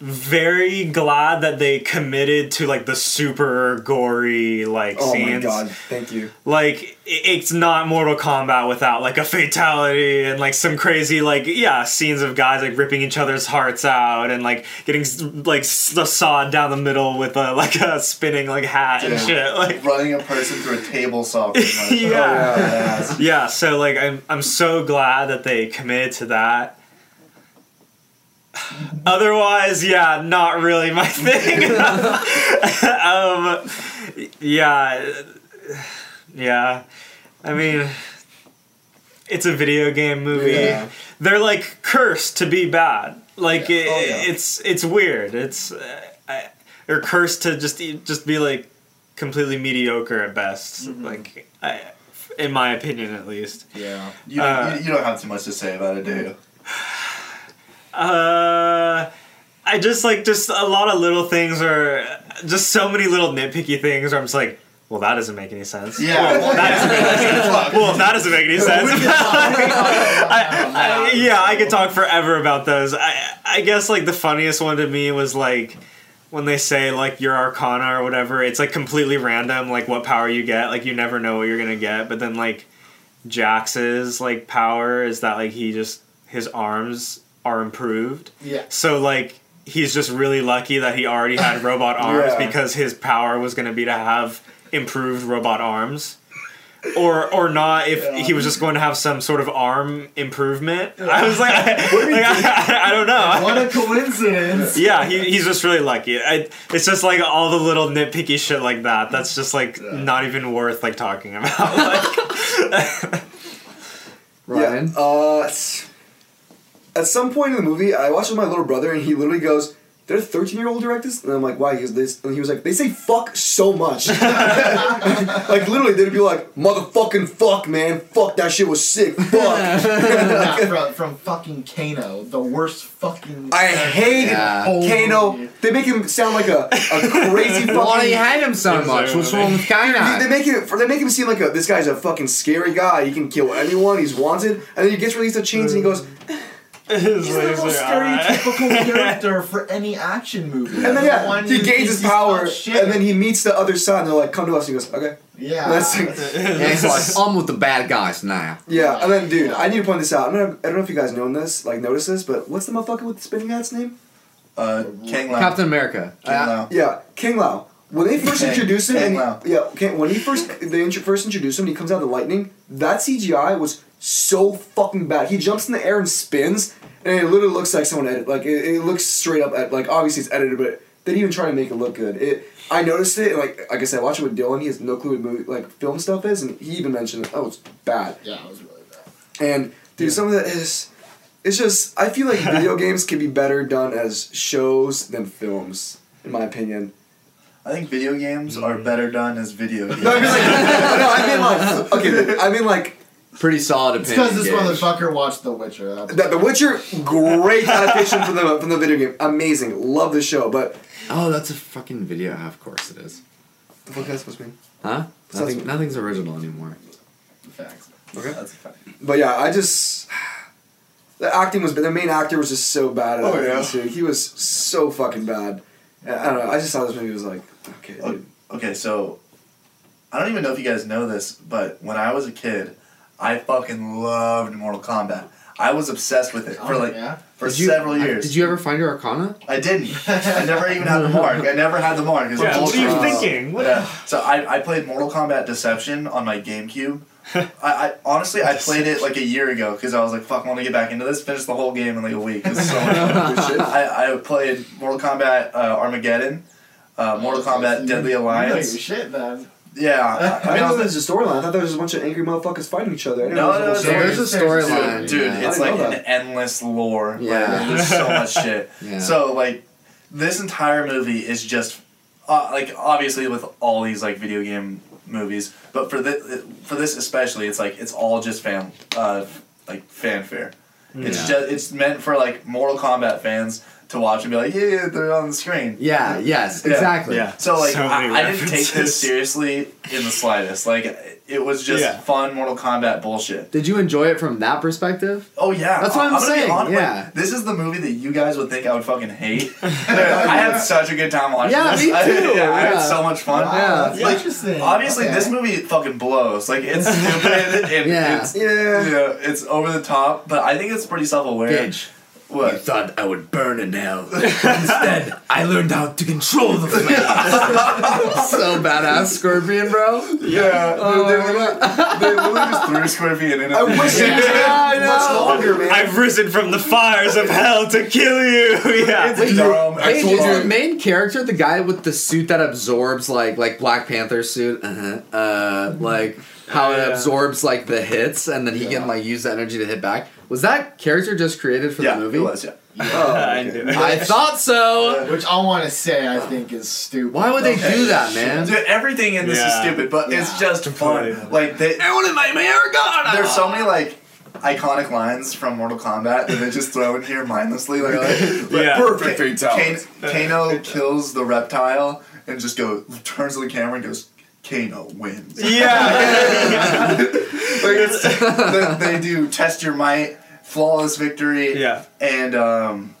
S5: very glad that they committed to like the super gory like
S4: Oh my
S5: scenes
S4: god! Thank you.
S5: like i- it's not mortal kombat without like a fatality and like some crazy like yeah scenes of guys like ripping each other's hearts out and like getting s- like s- sawed down the middle with a like a spinning like hat and
S3: Yeah.
S5: shit like
S3: Running a person through a table saw. pretty much.
S5: Yeah.
S3: Oh, yes.
S5: Yeah, so like I'm I'm so glad that they committed to that. Otherwise, yeah, not really my thing. um, yeah, yeah. I mean, it's a video game movie.
S4: Yeah.
S5: They're like cursed to be bad. Like it,
S3: Oh, yeah.
S5: it's it's weird. It's uh, I, they're cursed to just e, just be like completely mediocre at best.
S3: Mm-hmm.
S5: Like I, in my opinion, at least.
S9: Yeah.
S3: You,
S5: Uh,
S3: you, you don't have too much to say about it, do you?
S5: Uh, I just like just a lot of little things or just so many little nitpicky things where I'm just like, well, that doesn't make any sense.
S3: Yeah.
S5: Well, that doesn't make any sense. Well, that doesn't make any sense. I, I, yeah, I could talk forever about those. I, I guess like the funniest one to me was like when they say like your arcana or whatever. It's like completely random, like what power you get. Like you never know what you're gonna get. But then like Jax's like power is that like he just his arms are improved.
S9: Yeah.
S5: So like he's just really lucky that he already had robot arms
S4: Yeah.
S5: because his power was going to be to have improved robot arms. Or or not if he was just going to have some sort of arm improvement. I was like, I, like, I- I- I don't know.
S9: What a coincidence.
S5: Yeah, he, he's just really lucky. I, it's just like all the little nitpicky shit like that. That's just like not even worth like talking about. Like,
S2: Ryan,
S4: Yeah. Uh, s- at some point in the movie, I watched with my little brother, and he literally goes, "Did a thirteen-year-old direct this?" And I'm like, "Why?" He goes, "This," and he was like, "They say fuck so much." like literally, they'd be like, "Motherfucking fuck, man! Fuck that shit was sick. Fuck."
S9: from, from fucking Kano, the worst fucking.
S4: I hated
S2: Yeah.
S4: Kano. They make him sound like a, a crazy
S2: why do you
S4: fucking.
S2: hate him so much? What's wrong with Kaina?
S4: They make him. They make him seem like a. This guy's a fucking scary guy. He can kill anyone. He's wanted, and then he gets released of chains, and he goes.
S5: His
S9: He's the
S5: legs
S9: most
S5: are alright.
S9: stereotypical character for any action movie.
S4: And then
S9: The
S4: yeah,
S9: one
S4: he
S9: who
S4: gains
S9: thinks
S4: his
S9: he's
S4: power,
S9: tough shit.
S4: and then he meets the other side, and they're like, "Come to us." He goes, "Okay."
S9: yeah,
S4: And that's like,
S2: Yeah, he's like, I'm with the bad guys now.
S4: yeah, and then dude, I need to point this out. I don't, know, I don't know if you guys know this, like, notice this, but what's the motherfucker with the spinning hat's name?
S3: Uh, King Lao.
S2: Captain America.
S3: King
S2: Uh,
S3: Lao.
S4: Yeah, King Lao. When they first
S3: Kang.
S4: introduced him,
S3: Kang
S4: and
S3: Lao.
S4: he, yeah, Kang, when he first they intro- first introduced him, and he comes out of the lightning. That CGI was so fucking bad. He jumps in the air and spins, and it literally looks like someone edited. Like it, it looks straight up at like obviously it's edited, but they didn't even try to make it look good. It I noticed it like like I said, I watched it with Dylan. He has no clue what movie like film stuff is, and he even mentioned oh it's bad.
S9: yeah, it was really bad.
S4: And dude, some of that is it's just I feel like video games can be better done as shows than films, in my opinion.
S3: I think video games are better done as video games.
S4: No, I mean like, no, I mean like, okay, I mean like,
S2: Uh, Pretty solid
S9: It's
S2: opinion.
S9: because this
S2: Gage.
S9: motherfucker watched The Witcher. That's
S4: The, the Witcher, great adaptation from the from the video game, amazing, love the show, but
S2: Oh, that's a fucking video. Of course it is.
S4: the fuck that's supposed to mean?
S2: Huh?
S4: So that's-
S2: Nothing, nothing's original anymore.
S9: the facts.
S4: Okay.
S3: That's a fact.
S4: But yeah, I just the acting was, but the main actor was just so bad at
S3: Oh,
S4: it,
S3: yeah.
S4: dude. He was so fucking bad. I don't know. I just thought this movie was like, okay,
S3: Oh,
S4: dude.
S3: Okay, so I don't even know if you guys know this, but when I was a kid, I fucking loved Mortal Kombat. I was obsessed with it for
S9: Oh,
S3: like
S9: yeah?
S3: for
S2: Did you-
S3: several
S2: I-
S3: years.
S2: did you ever find your Arcana?
S3: I didn't. I never even had the mark. I never had the mark. It was a
S5: Yeah,
S3: whole
S5: what are you
S3: trial.
S5: thinking? What-
S3: Yeah. So I, I played Mortal Kombat Deception on my GameCube. I, I honestly I played it like a year ago because I was like, fuck, I want to get back into this. Finish the whole game in like a week. It's so much fun. I, I played Mortal Kombat uh, Armageddon, uh, Mortal Kombat Deadly Alliance.
S9: You know your shit, then.
S3: Yeah, I,
S4: I
S3: I
S4: didn't know
S3: mean,
S4: there was a storyline. I thought there was a bunch of angry motherfuckers fighting each other. I didn't
S3: No,
S4: know there was
S3: no,
S4: a whole
S3: there's
S4: story.
S2: a storyline,
S3: dude, dude,
S2: yeah.
S3: it's
S4: I
S3: like
S4: didn't know
S3: an endless lore.
S2: Yeah.
S3: like, there's so much shit.
S2: Yeah.
S3: So like, this entire movie is just uh, like obviously with all these like video game movies, but for this for this especially, it's like it's all just fan uh, like fanfare. It's
S2: Yeah.
S3: just it's meant for like Mortal Kombat fans to watch and be like, yeah, yeah, they're on the screen.
S2: Yeah. Yes.
S3: Yeah.
S2: Exactly.
S5: Yeah.
S3: So like
S5: So
S3: I,
S5: many
S3: I didn't take
S5: references.
S3: this seriously in the slightest. Like it was just
S5: Yeah.
S3: fun Mortal Kombat bullshit.
S2: Did you enjoy it from that perspective?
S3: Oh yeah,
S2: That's what I'm
S3: gonna be
S2: saying,
S3: honest, like,
S2: yeah.
S3: this is the movie that you guys would think I would fucking hate. I had such a good time watching.
S2: Yeah,
S3: this.
S2: me
S3: I,
S2: too,
S3: yeah, I
S2: yeah.
S3: had so much fun.
S2: Wow,
S9: That's
S3: Yeah. Like,
S9: interesting.
S3: Obviously,
S9: Okay.
S3: this movie fucking blows. Like it's stupid and
S2: Yeah.
S3: it's
S4: Yeah.
S3: yeah, it's over the top, but I think it's pretty self-aware.
S2: I
S3: What?
S2: thought I would burn in hell. Instead, I learned how to control the flame. so badass, Scorpion, bro.
S3: Yeah,
S2: Oh,
S3: they, literally, they literally just threw Scorpion in. I
S4: wish it
S2: I
S4: Much
S2: know.
S4: longer, man.
S5: I've risen from the fires of hell to kill you. yeah.
S2: Wait,
S3: Dumb. I
S2: Paige,
S3: told
S2: is
S3: you.
S2: your main character the guy with the suit that absorbs like like Black Panther suit? Uh-huh. Uh like how it
S5: Yeah.
S2: absorbs like the hits and then he can like use the energy to hit back. Was that character just created for
S3: Yeah,
S2: the movie?
S3: it was. Yeah.
S4: Oh,
S5: I
S4: okay.
S5: knew
S2: I thought so.
S9: Which I want to say, I think is stupid.
S2: Why would they do that, man?
S3: Dude, everything in this
S5: Yeah.
S3: is stupid, but it's
S9: Yeah.
S3: just fun. Like they,
S2: I want to make my Aragorn.
S3: there's so many like iconic lines from Mortal Kombat that they just throw in here mindlessly. Like, like,
S5: Yeah.
S3: perfect
S9: fatality.
S3: Kano kills the reptile and just go turns to the camera and goes, "Kano wins."
S5: it. Yeah.
S3: Like, it's- they, they do test your might, flawless victory,
S5: Yeah.
S3: and um,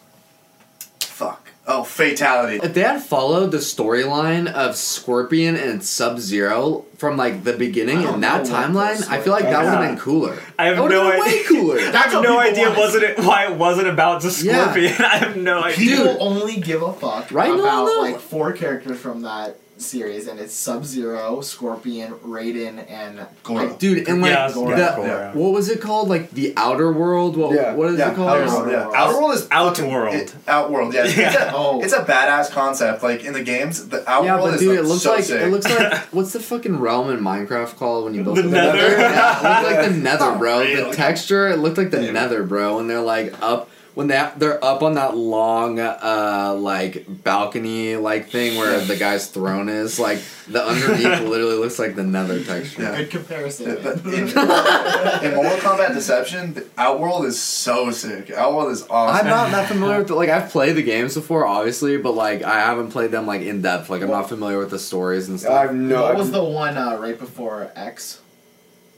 S3: fuck, oh fatality.
S2: If they had followed the storyline of Scorpion and Sub Zero from like the beginning in that timeline, I feel like that would have
S5: Yeah.
S2: been cooler.
S5: I have
S2: That would've
S5: no
S2: been
S5: idea.
S2: Way cooler.
S5: I have
S9: what
S5: no
S9: people
S5: idea
S9: want.
S5: wasn't it why it wasn't about the
S2: Yeah.
S5: scorpion. I have no idea.
S9: People
S2: Dude.
S9: only give a fuck
S2: Right? No,
S9: about
S2: no.
S9: like four characters from that series, and it's Sub Zero, Scorpion, Raiden, and
S3: Goro.
S9: like,
S2: Dude, and like
S5: Yeah,
S2: the,
S5: Goro, Goro.
S2: what was it called? Like the Outer World? What,
S4: Yeah.
S2: what is
S3: Yeah,
S2: it called?
S3: Outer World. Yeah, Outer World is
S5: Outworld.
S3: It, Outworld, yeah. It's,
S5: Yeah.
S3: a,
S9: Oh.
S3: it's a badass concept. Like in the games, the Outworld
S2: Yeah, but
S3: is
S2: dude,
S3: like,
S2: it looks
S3: so
S2: like
S3: sick.
S2: it looks like what's the fucking realm in Minecraft called when you build
S5: The
S2: it?
S5: Nether?
S2: Yeah, it looked like the Nether, bro.
S5: real.
S2: The texture, it looked like the Nether, bro. When they're like up, when they they're up on that long uh like balcony like thing where the guy's throne is, like the underneath literally looks like the Nether texture.
S3: Yeah.
S9: good comparison.
S3: But
S9: man.
S3: in, in Mortal Kombat Deception, the Outworld is so sick. Outworld is awesome.
S2: I'm not that familiar with the, like I've played the games before, obviously, but like I haven't played them like in depth. Like I'm not familiar with the stories and stuff.
S4: I've no.
S9: what
S4: I've,
S9: was the one uh, right before X?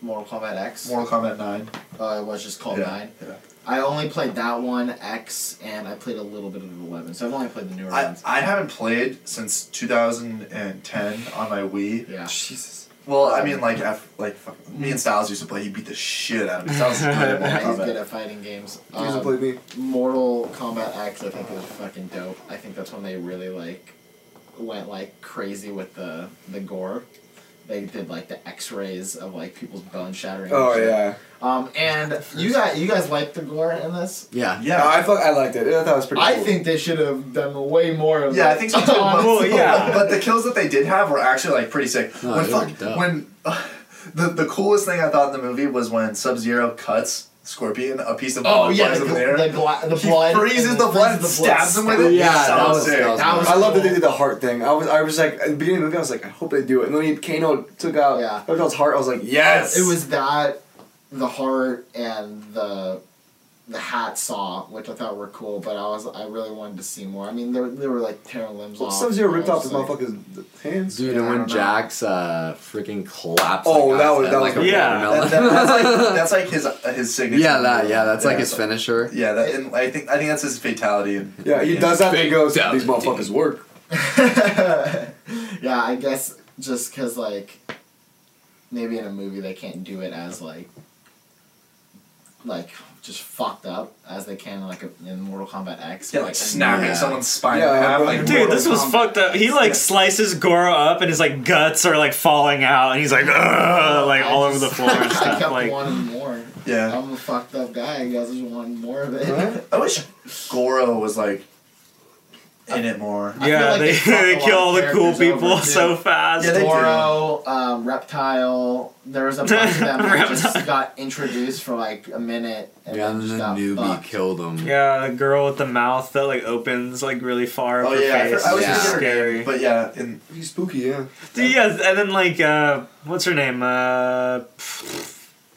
S9: Mortal Kombat X.
S3: Mortal Kombat 9.
S9: Uh, it was just called
S3: Yeah,
S9: Nine.
S3: yeah.
S9: I only played that one X, and I played a little bit of Eleven. So I've only played the newer
S3: I,
S9: ones.
S3: I haven't played since 2010 on my Wii.
S9: yeah.
S4: Jesus.
S3: Well, I mean, like, I've, like fuck, me and Styles used to play. He beat the shit out of me. Styles is good at Mortal
S9: He's good
S3: Kombat.
S9: at fighting games.
S4: You guys
S9: Um,
S4: have played me.
S9: Mortal Kombat X, I think, is fucking dope. I think that's when they really like went like crazy with the the gore. They did like the X rays of like people's bone shattering. and
S4: Oh
S9: shit.
S4: yeah.
S9: Um, and you guys, you guys like the gore in this?
S2: yeah.
S4: Yeah,
S3: Yeah.
S4: I fuck. I liked it. I thought it was pretty.
S9: I
S4: cool.
S9: think they should have done way more of.
S3: Yeah, I
S9: it.
S3: think so too. But,
S5: Well, yeah.
S3: but the kills that they did have were actually like pretty sick.
S2: No,
S3: when
S2: they were
S3: fuck,
S2: dope.
S3: when the the coolest thing I thought in the movie was when Sub Zero cuts Scorpion a piece of
S9: Oh
S3: flies
S9: yeah,
S3: up
S9: the,
S3: in
S9: the,
S3: the air.
S9: the, bla- the
S3: He
S9: blood.
S3: freezes
S9: and
S3: the blood and stabs him with it.
S2: Yeah,
S3: So
S2: that was-
S3: sick.
S2: that was
S9: That was
S4: I love that they
S9: cool.
S4: did the heart thing. I was, I was like, at the beginning of the movie, I was like, I hope they do it. And then when he, Kano took out
S9: Yeah.
S4: Reptile's heart, I was like, yes.
S9: It was that, the heart, and the the hat saw, which I thought were cool, but I was I really wanted to see more. I mean, they were, they were like tearing limbs
S4: Well,
S9: off.
S4: Sub Zero
S9: and I
S4: ripped off his
S9: was like-
S4: motherfucker's hands.
S2: Dude,
S9: Yeah,
S2: and
S9: I
S2: when
S9: don't know.
S2: Jack's uh freaking collapsed.
S4: Oh,
S2: like,
S4: that
S2: on
S4: was- that
S2: his head,
S4: was-
S2: like a
S5: Yeah.
S2: watermelon.
S3: That- that- that's like that's like his uh, his signature.
S2: yeah, that yeah, that's like
S3: Yeah.
S2: his finisher.
S3: Yeah, that, and I think I think that's his fatality. And
S4: Yeah, he does that and he goes,
S2: Big
S4: these
S2: dumb
S4: motherfuckers work.
S9: yeah, I guess just because like maybe in a movie they can't do it as like like just fucked up as they can, like in Mortal Kombat X.
S3: Yeah, like snapping someone's spine in
S9: Yeah,
S3: half,
S9: bro.
S3: like
S5: Dude,
S3: Mortal
S5: this was
S3: Kombat.
S5: fucked up. He like slices Goro up, and his like guts are like falling out, and he's like, Ugh, like all over the floor
S9: Oh, I
S5: and stuff.
S9: kept
S5: Like,
S9: wanting more.
S3: Yeah.
S9: I'm a fucked up guy. You guys just want more of it.
S3: I wish Goro was like in it more.
S9: I feel like they fucked a lot of characters over, too.
S5: fast.
S3: Yeah, they do.
S9: Goro, um, Reptile. There was a bunch of them that just got introduced for like a minute and
S2: Yeah,
S9: then
S2: and
S9: just
S2: the
S9: got
S2: newbie
S9: fucked.
S2: killed him.
S5: yeah, the girl with the mouth that like opens like really far.
S3: Oh
S5: up her
S3: yeah, I,
S5: face.
S3: I was
S2: Yeah.
S3: just
S5: scary.
S3: But yeah, in
S4: He's spooky, yeah.
S5: Dude, yeah, and then like, uh, what's her name? Uh,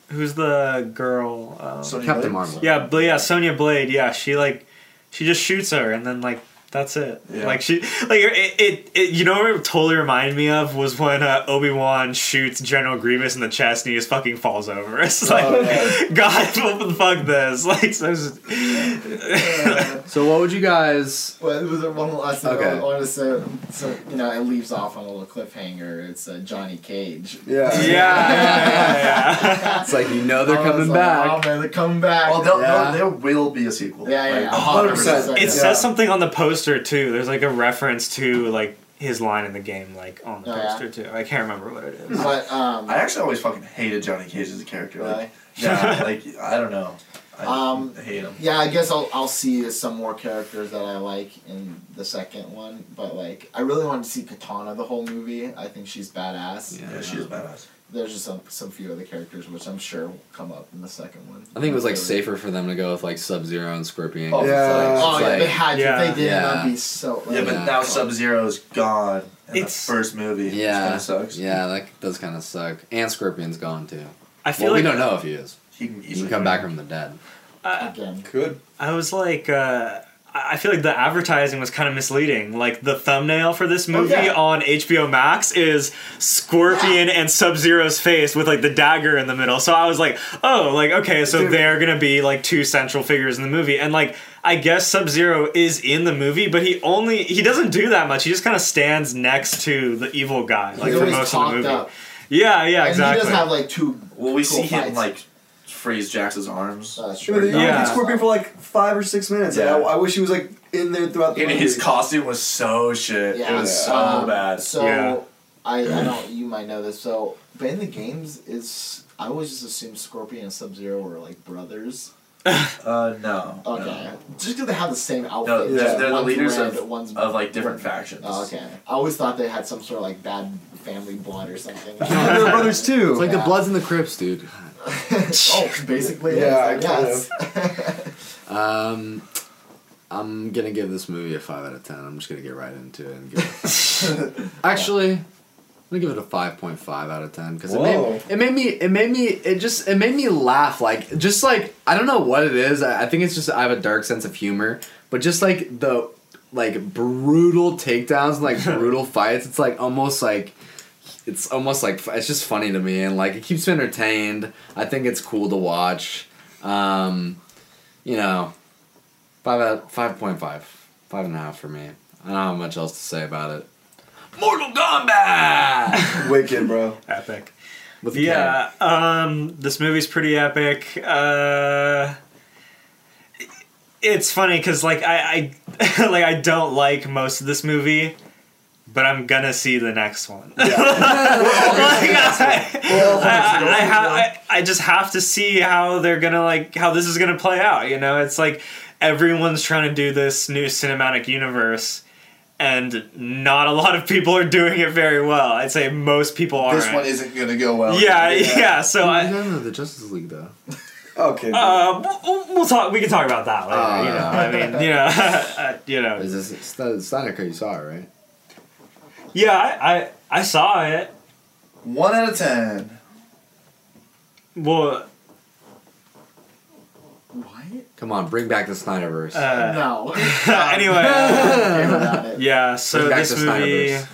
S5: who's the girl? Um,
S3: Sonya
S2: Captain
S3: Blades.
S2: Marvel.
S5: yeah, Bla- yeah, Sonya Blade. Yeah, she like, she just shoots her, and then like. That's it.
S3: Yeah.
S5: Like she, like it, it, it. You know what it totally reminded me of was when uh, Obi Wan shoots General Grievous in the chest and he just fucking falls over.
S3: Oh,
S5: It's like, God, fuck this. Like, so it's
S2: So what would you guys?
S9: Well, was there one last thing
S2: Okay.
S9: I wanted to say? So, you know, it leaves off on a little cliffhanger. It's uh, Johnny Cage.
S5: yeah,
S4: Yeah.
S5: yeah, yeah, yeah.
S2: It's like you know they're
S9: I was
S2: coming
S9: like,
S2: back.
S9: Oh, man, they're coming back.
S3: Well, they'll,
S2: Yeah.
S3: they'll, there will be a sequel.
S9: yeah, yeah, yeah.
S3: Like, 100%.
S9: It's
S5: It
S9: yeah.
S5: says something on the poster too. There's like a reference to like his line in the game, like on the
S9: Oh, yeah.
S5: poster too. I can't remember what it is.
S9: But um,
S3: I actually always fucking hated Johnny Cage as a character. Like,
S9: Really?
S3: Yeah, like I don't know. I
S9: Um,
S3: hate him.
S9: yeah, I guess I'll I'll see some more characters that I like in the second one. But like, I really wanted to see Katana the whole movie. I think she's badass.
S2: Yeah.
S3: Yeah, she's badass.
S9: There's just some some few other characters which I'm sure will come up in the second one.
S2: I think it was like safer for them to go with like Sub Zero and Scorpion.
S9: Oh,
S4: Yeah.
S9: Oh
S2: It's
S9: yeah,
S2: like-
S9: they had to.
S5: Yeah.
S9: If they did,
S2: Yeah.
S9: that'd be so.
S3: Yeah, but
S2: Yeah.
S3: now Sub Zero's gone in
S5: It's-
S3: the first movie.
S2: Yeah.
S3: kind of sucks.
S2: Yeah, that does kind of suck. And Scorpion's gone too.
S5: I feel
S2: Well, we
S5: like
S2: don't know if he is.
S3: He can
S2: He can
S3: easily
S2: come back from the dead.
S9: again.
S4: Good.
S5: I was like, uh, I I feel like the advertising was kind of misleading. Like the thumbnail for this movie
S9: Oh, yeah.
S5: on HBO Max is Scorpion and Sub Zero's face with like the dagger in the middle. So I was like, oh, like okay, so they're gonna be like two central figures in the movie, and like. I guess Sub Zero is in the movie, but he only he doesn't do that much. He just kind of stands next to the evil guy, like
S9: He
S5: for
S9: always
S5: most of the
S9: talked
S5: movie.
S9: up.
S5: Yeah, yeah,
S9: And
S5: exactly.
S9: he does have like two. uh,
S3: Well, we
S9: cool
S3: see him
S9: fights.
S3: like freeze Jax's arms
S4: Yeah,
S9: Uh,
S4: but they
S9: sure.
S4: only
S5: Yeah.
S4: did Scorpion for like five or six minutes. Yeah.
S3: Yeah.
S4: I, I wish he was like in there throughout the
S3: And
S4: movie.
S3: his costume was so shit.
S9: Yeah.
S3: It was so
S9: Um,
S3: bad.
S9: So
S5: Yeah.
S9: I, I don't. You might know this. So, but in the games, is I always just assumed Scorpion and Sub Zero were like brothers.
S3: Uh, no.
S9: Okay,
S3: No.
S9: just because they have the same outfit.
S3: No,
S9: just
S3: they're- they're the
S9: one's
S3: leaders
S9: red,
S3: of-
S9: one's
S3: Of like different factions.
S9: Oh, okay, I always thought they had some sort of like bad family blood or something.
S4: And they're brothers too.
S2: It's like the
S9: Yeah.
S2: Bloods and the Crips, dude.
S9: oh, basically.
S4: Yeah,
S9: it's
S4: kind
S9: like, yes.
S2: Um, I'm gonna give this movie a five out of ten. I'm just gonna get right into it. And give it Actually, I'm gonna give it a five point five out of ten because it
S4: Whoa.
S2: made, it made me it made me it just it made me laugh like just like I don't know what it is. I, I think it's just I have a dark sense of humor, but just like the like brutal takedowns and like brutal fights. It's like almost like. It's almost like it's just funny to me, and like it keeps me entertained. I think it's cool to watch. Um, you know, five out five point five. Five and a half for me. I don't have much else to say about it. Mortal Kombat
S4: Wicked, bro.
S5: Epic.
S2: with a K.
S5: Yeah, um, this movie's pretty epic. Uh, it's funny because like I, I like I don't like most of this movie, but I'm gonna see the next one. Like, I, I, I, ha- I, I just have to see how they're gonna like how this is gonna play out. You know, it's like everyone's trying to do this new cinematic universe. And not a lot of people are doing it very well. I'd say most people aren't.
S3: This one isn't gonna go well.
S5: Yeah, yeah. so
S2: You
S5: I,
S2: don't know the Justice League though.
S4: Okay.
S5: uh, we'll- we'll, we'll talk. We can talk about that later. you know, I mean, you know, uh, you know.
S2: Is this it's not- it's not okay, you saw it, right?
S5: Yeah, I, I, I saw it.
S3: One out of ten.
S5: Well,
S9: what?
S2: Come on, bring back the Snyderverse.
S5: uh,
S9: No.
S5: anyway,
S9: Okay without it.
S5: yeah. So
S2: Bring back
S5: this
S2: the
S5: movie
S2: Snyderverse.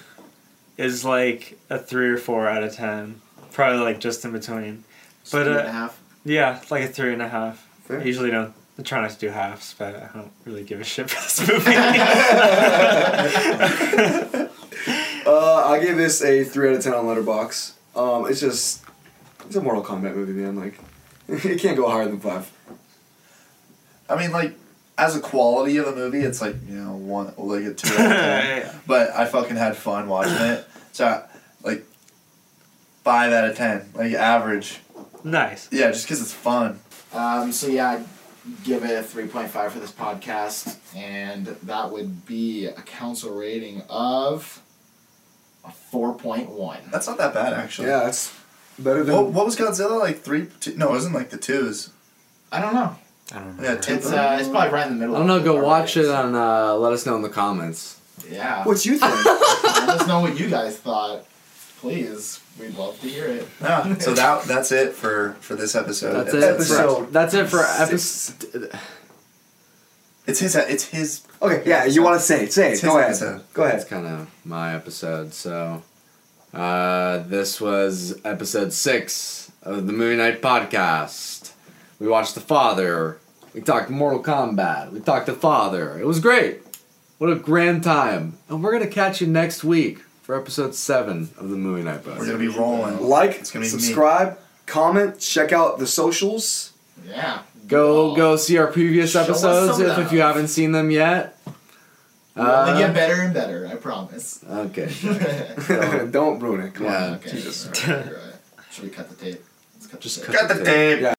S5: is like a three or four out of ten, probably like just in between. But
S9: Two and a
S5: uh,
S9: half.
S5: yeah, like a three and a half.
S4: Fair.
S5: I usually don't. I try not to do halves, but I don't really give a shit for this movie.
S4: Uh, I gave this a three out of ten on Letterbox. Um, it's just it's a Mortal Kombat movie, man. Like it can't go higher than five.
S3: I mean, like, as a quality of a movie, it's like, you know, one, like a two. out of ten. But I fucking had fun watching it. So, I- like, five out of ten. Like, average.
S5: Nice.
S3: Yeah, just because it's fun.
S9: Um, so yeah, I'd give it a three point five for this podcast, and that would be a council rating of a four point one.
S3: That's not that bad, actually.
S4: Yeah, it's better than.
S3: What, what was Godzilla? Like, three? Two, no, it wasn't like the twos.
S9: I don't know.
S3: I don't know. Yeah, two.
S9: It's uh, it's probably right in the
S2: I
S9: middle.
S2: don't know.
S9: of
S2: Go
S9: our
S2: watch it
S9: ratings.
S2: and uh, let us know in the comments.
S9: Yeah.
S4: What you think?
S9: Let us know what you guys thought. Please, we'd love to hear it.
S3: Yeah, so that that's it for for this episode.
S2: That's it. For,
S4: Episode
S2: that's it for
S3: six.
S2: episode.
S3: It's his. It's his.
S4: Okay, yeah, you want to say it? Say it.
S3: It's
S4: Go
S3: his
S4: ahead.
S3: episode.
S4: Go
S2: That's
S4: ahead.
S2: kind of my episode. So, uh, this was episode six of the Movie Night podcast. We watched The Father. We talked Mortal Kombat. We talked The Father. It was great. What a grand time. And we're going to catch you next week for episode seven of the Movie Night
S3: We're
S2: Bus.
S3: gonna be rolling.
S4: Like,
S3: It's gonna be me.
S4: subscribe, comment, check out the socials.
S9: Yeah.
S2: Go, go see our previous
S9: Oh. Show us
S2: episodes
S9: some
S2: if, if you
S9: love.
S2: haven't seen them yet.
S9: We'll only get
S2: Uh,
S9: better and better. I promise.
S2: okay.
S4: Don't ruin it. Come on.
S2: Yeah.
S9: okay. Jesus. Right, you're right. Should we cut the tape? Let's cut
S2: Just
S9: the tape.
S2: cut
S3: Got the tape.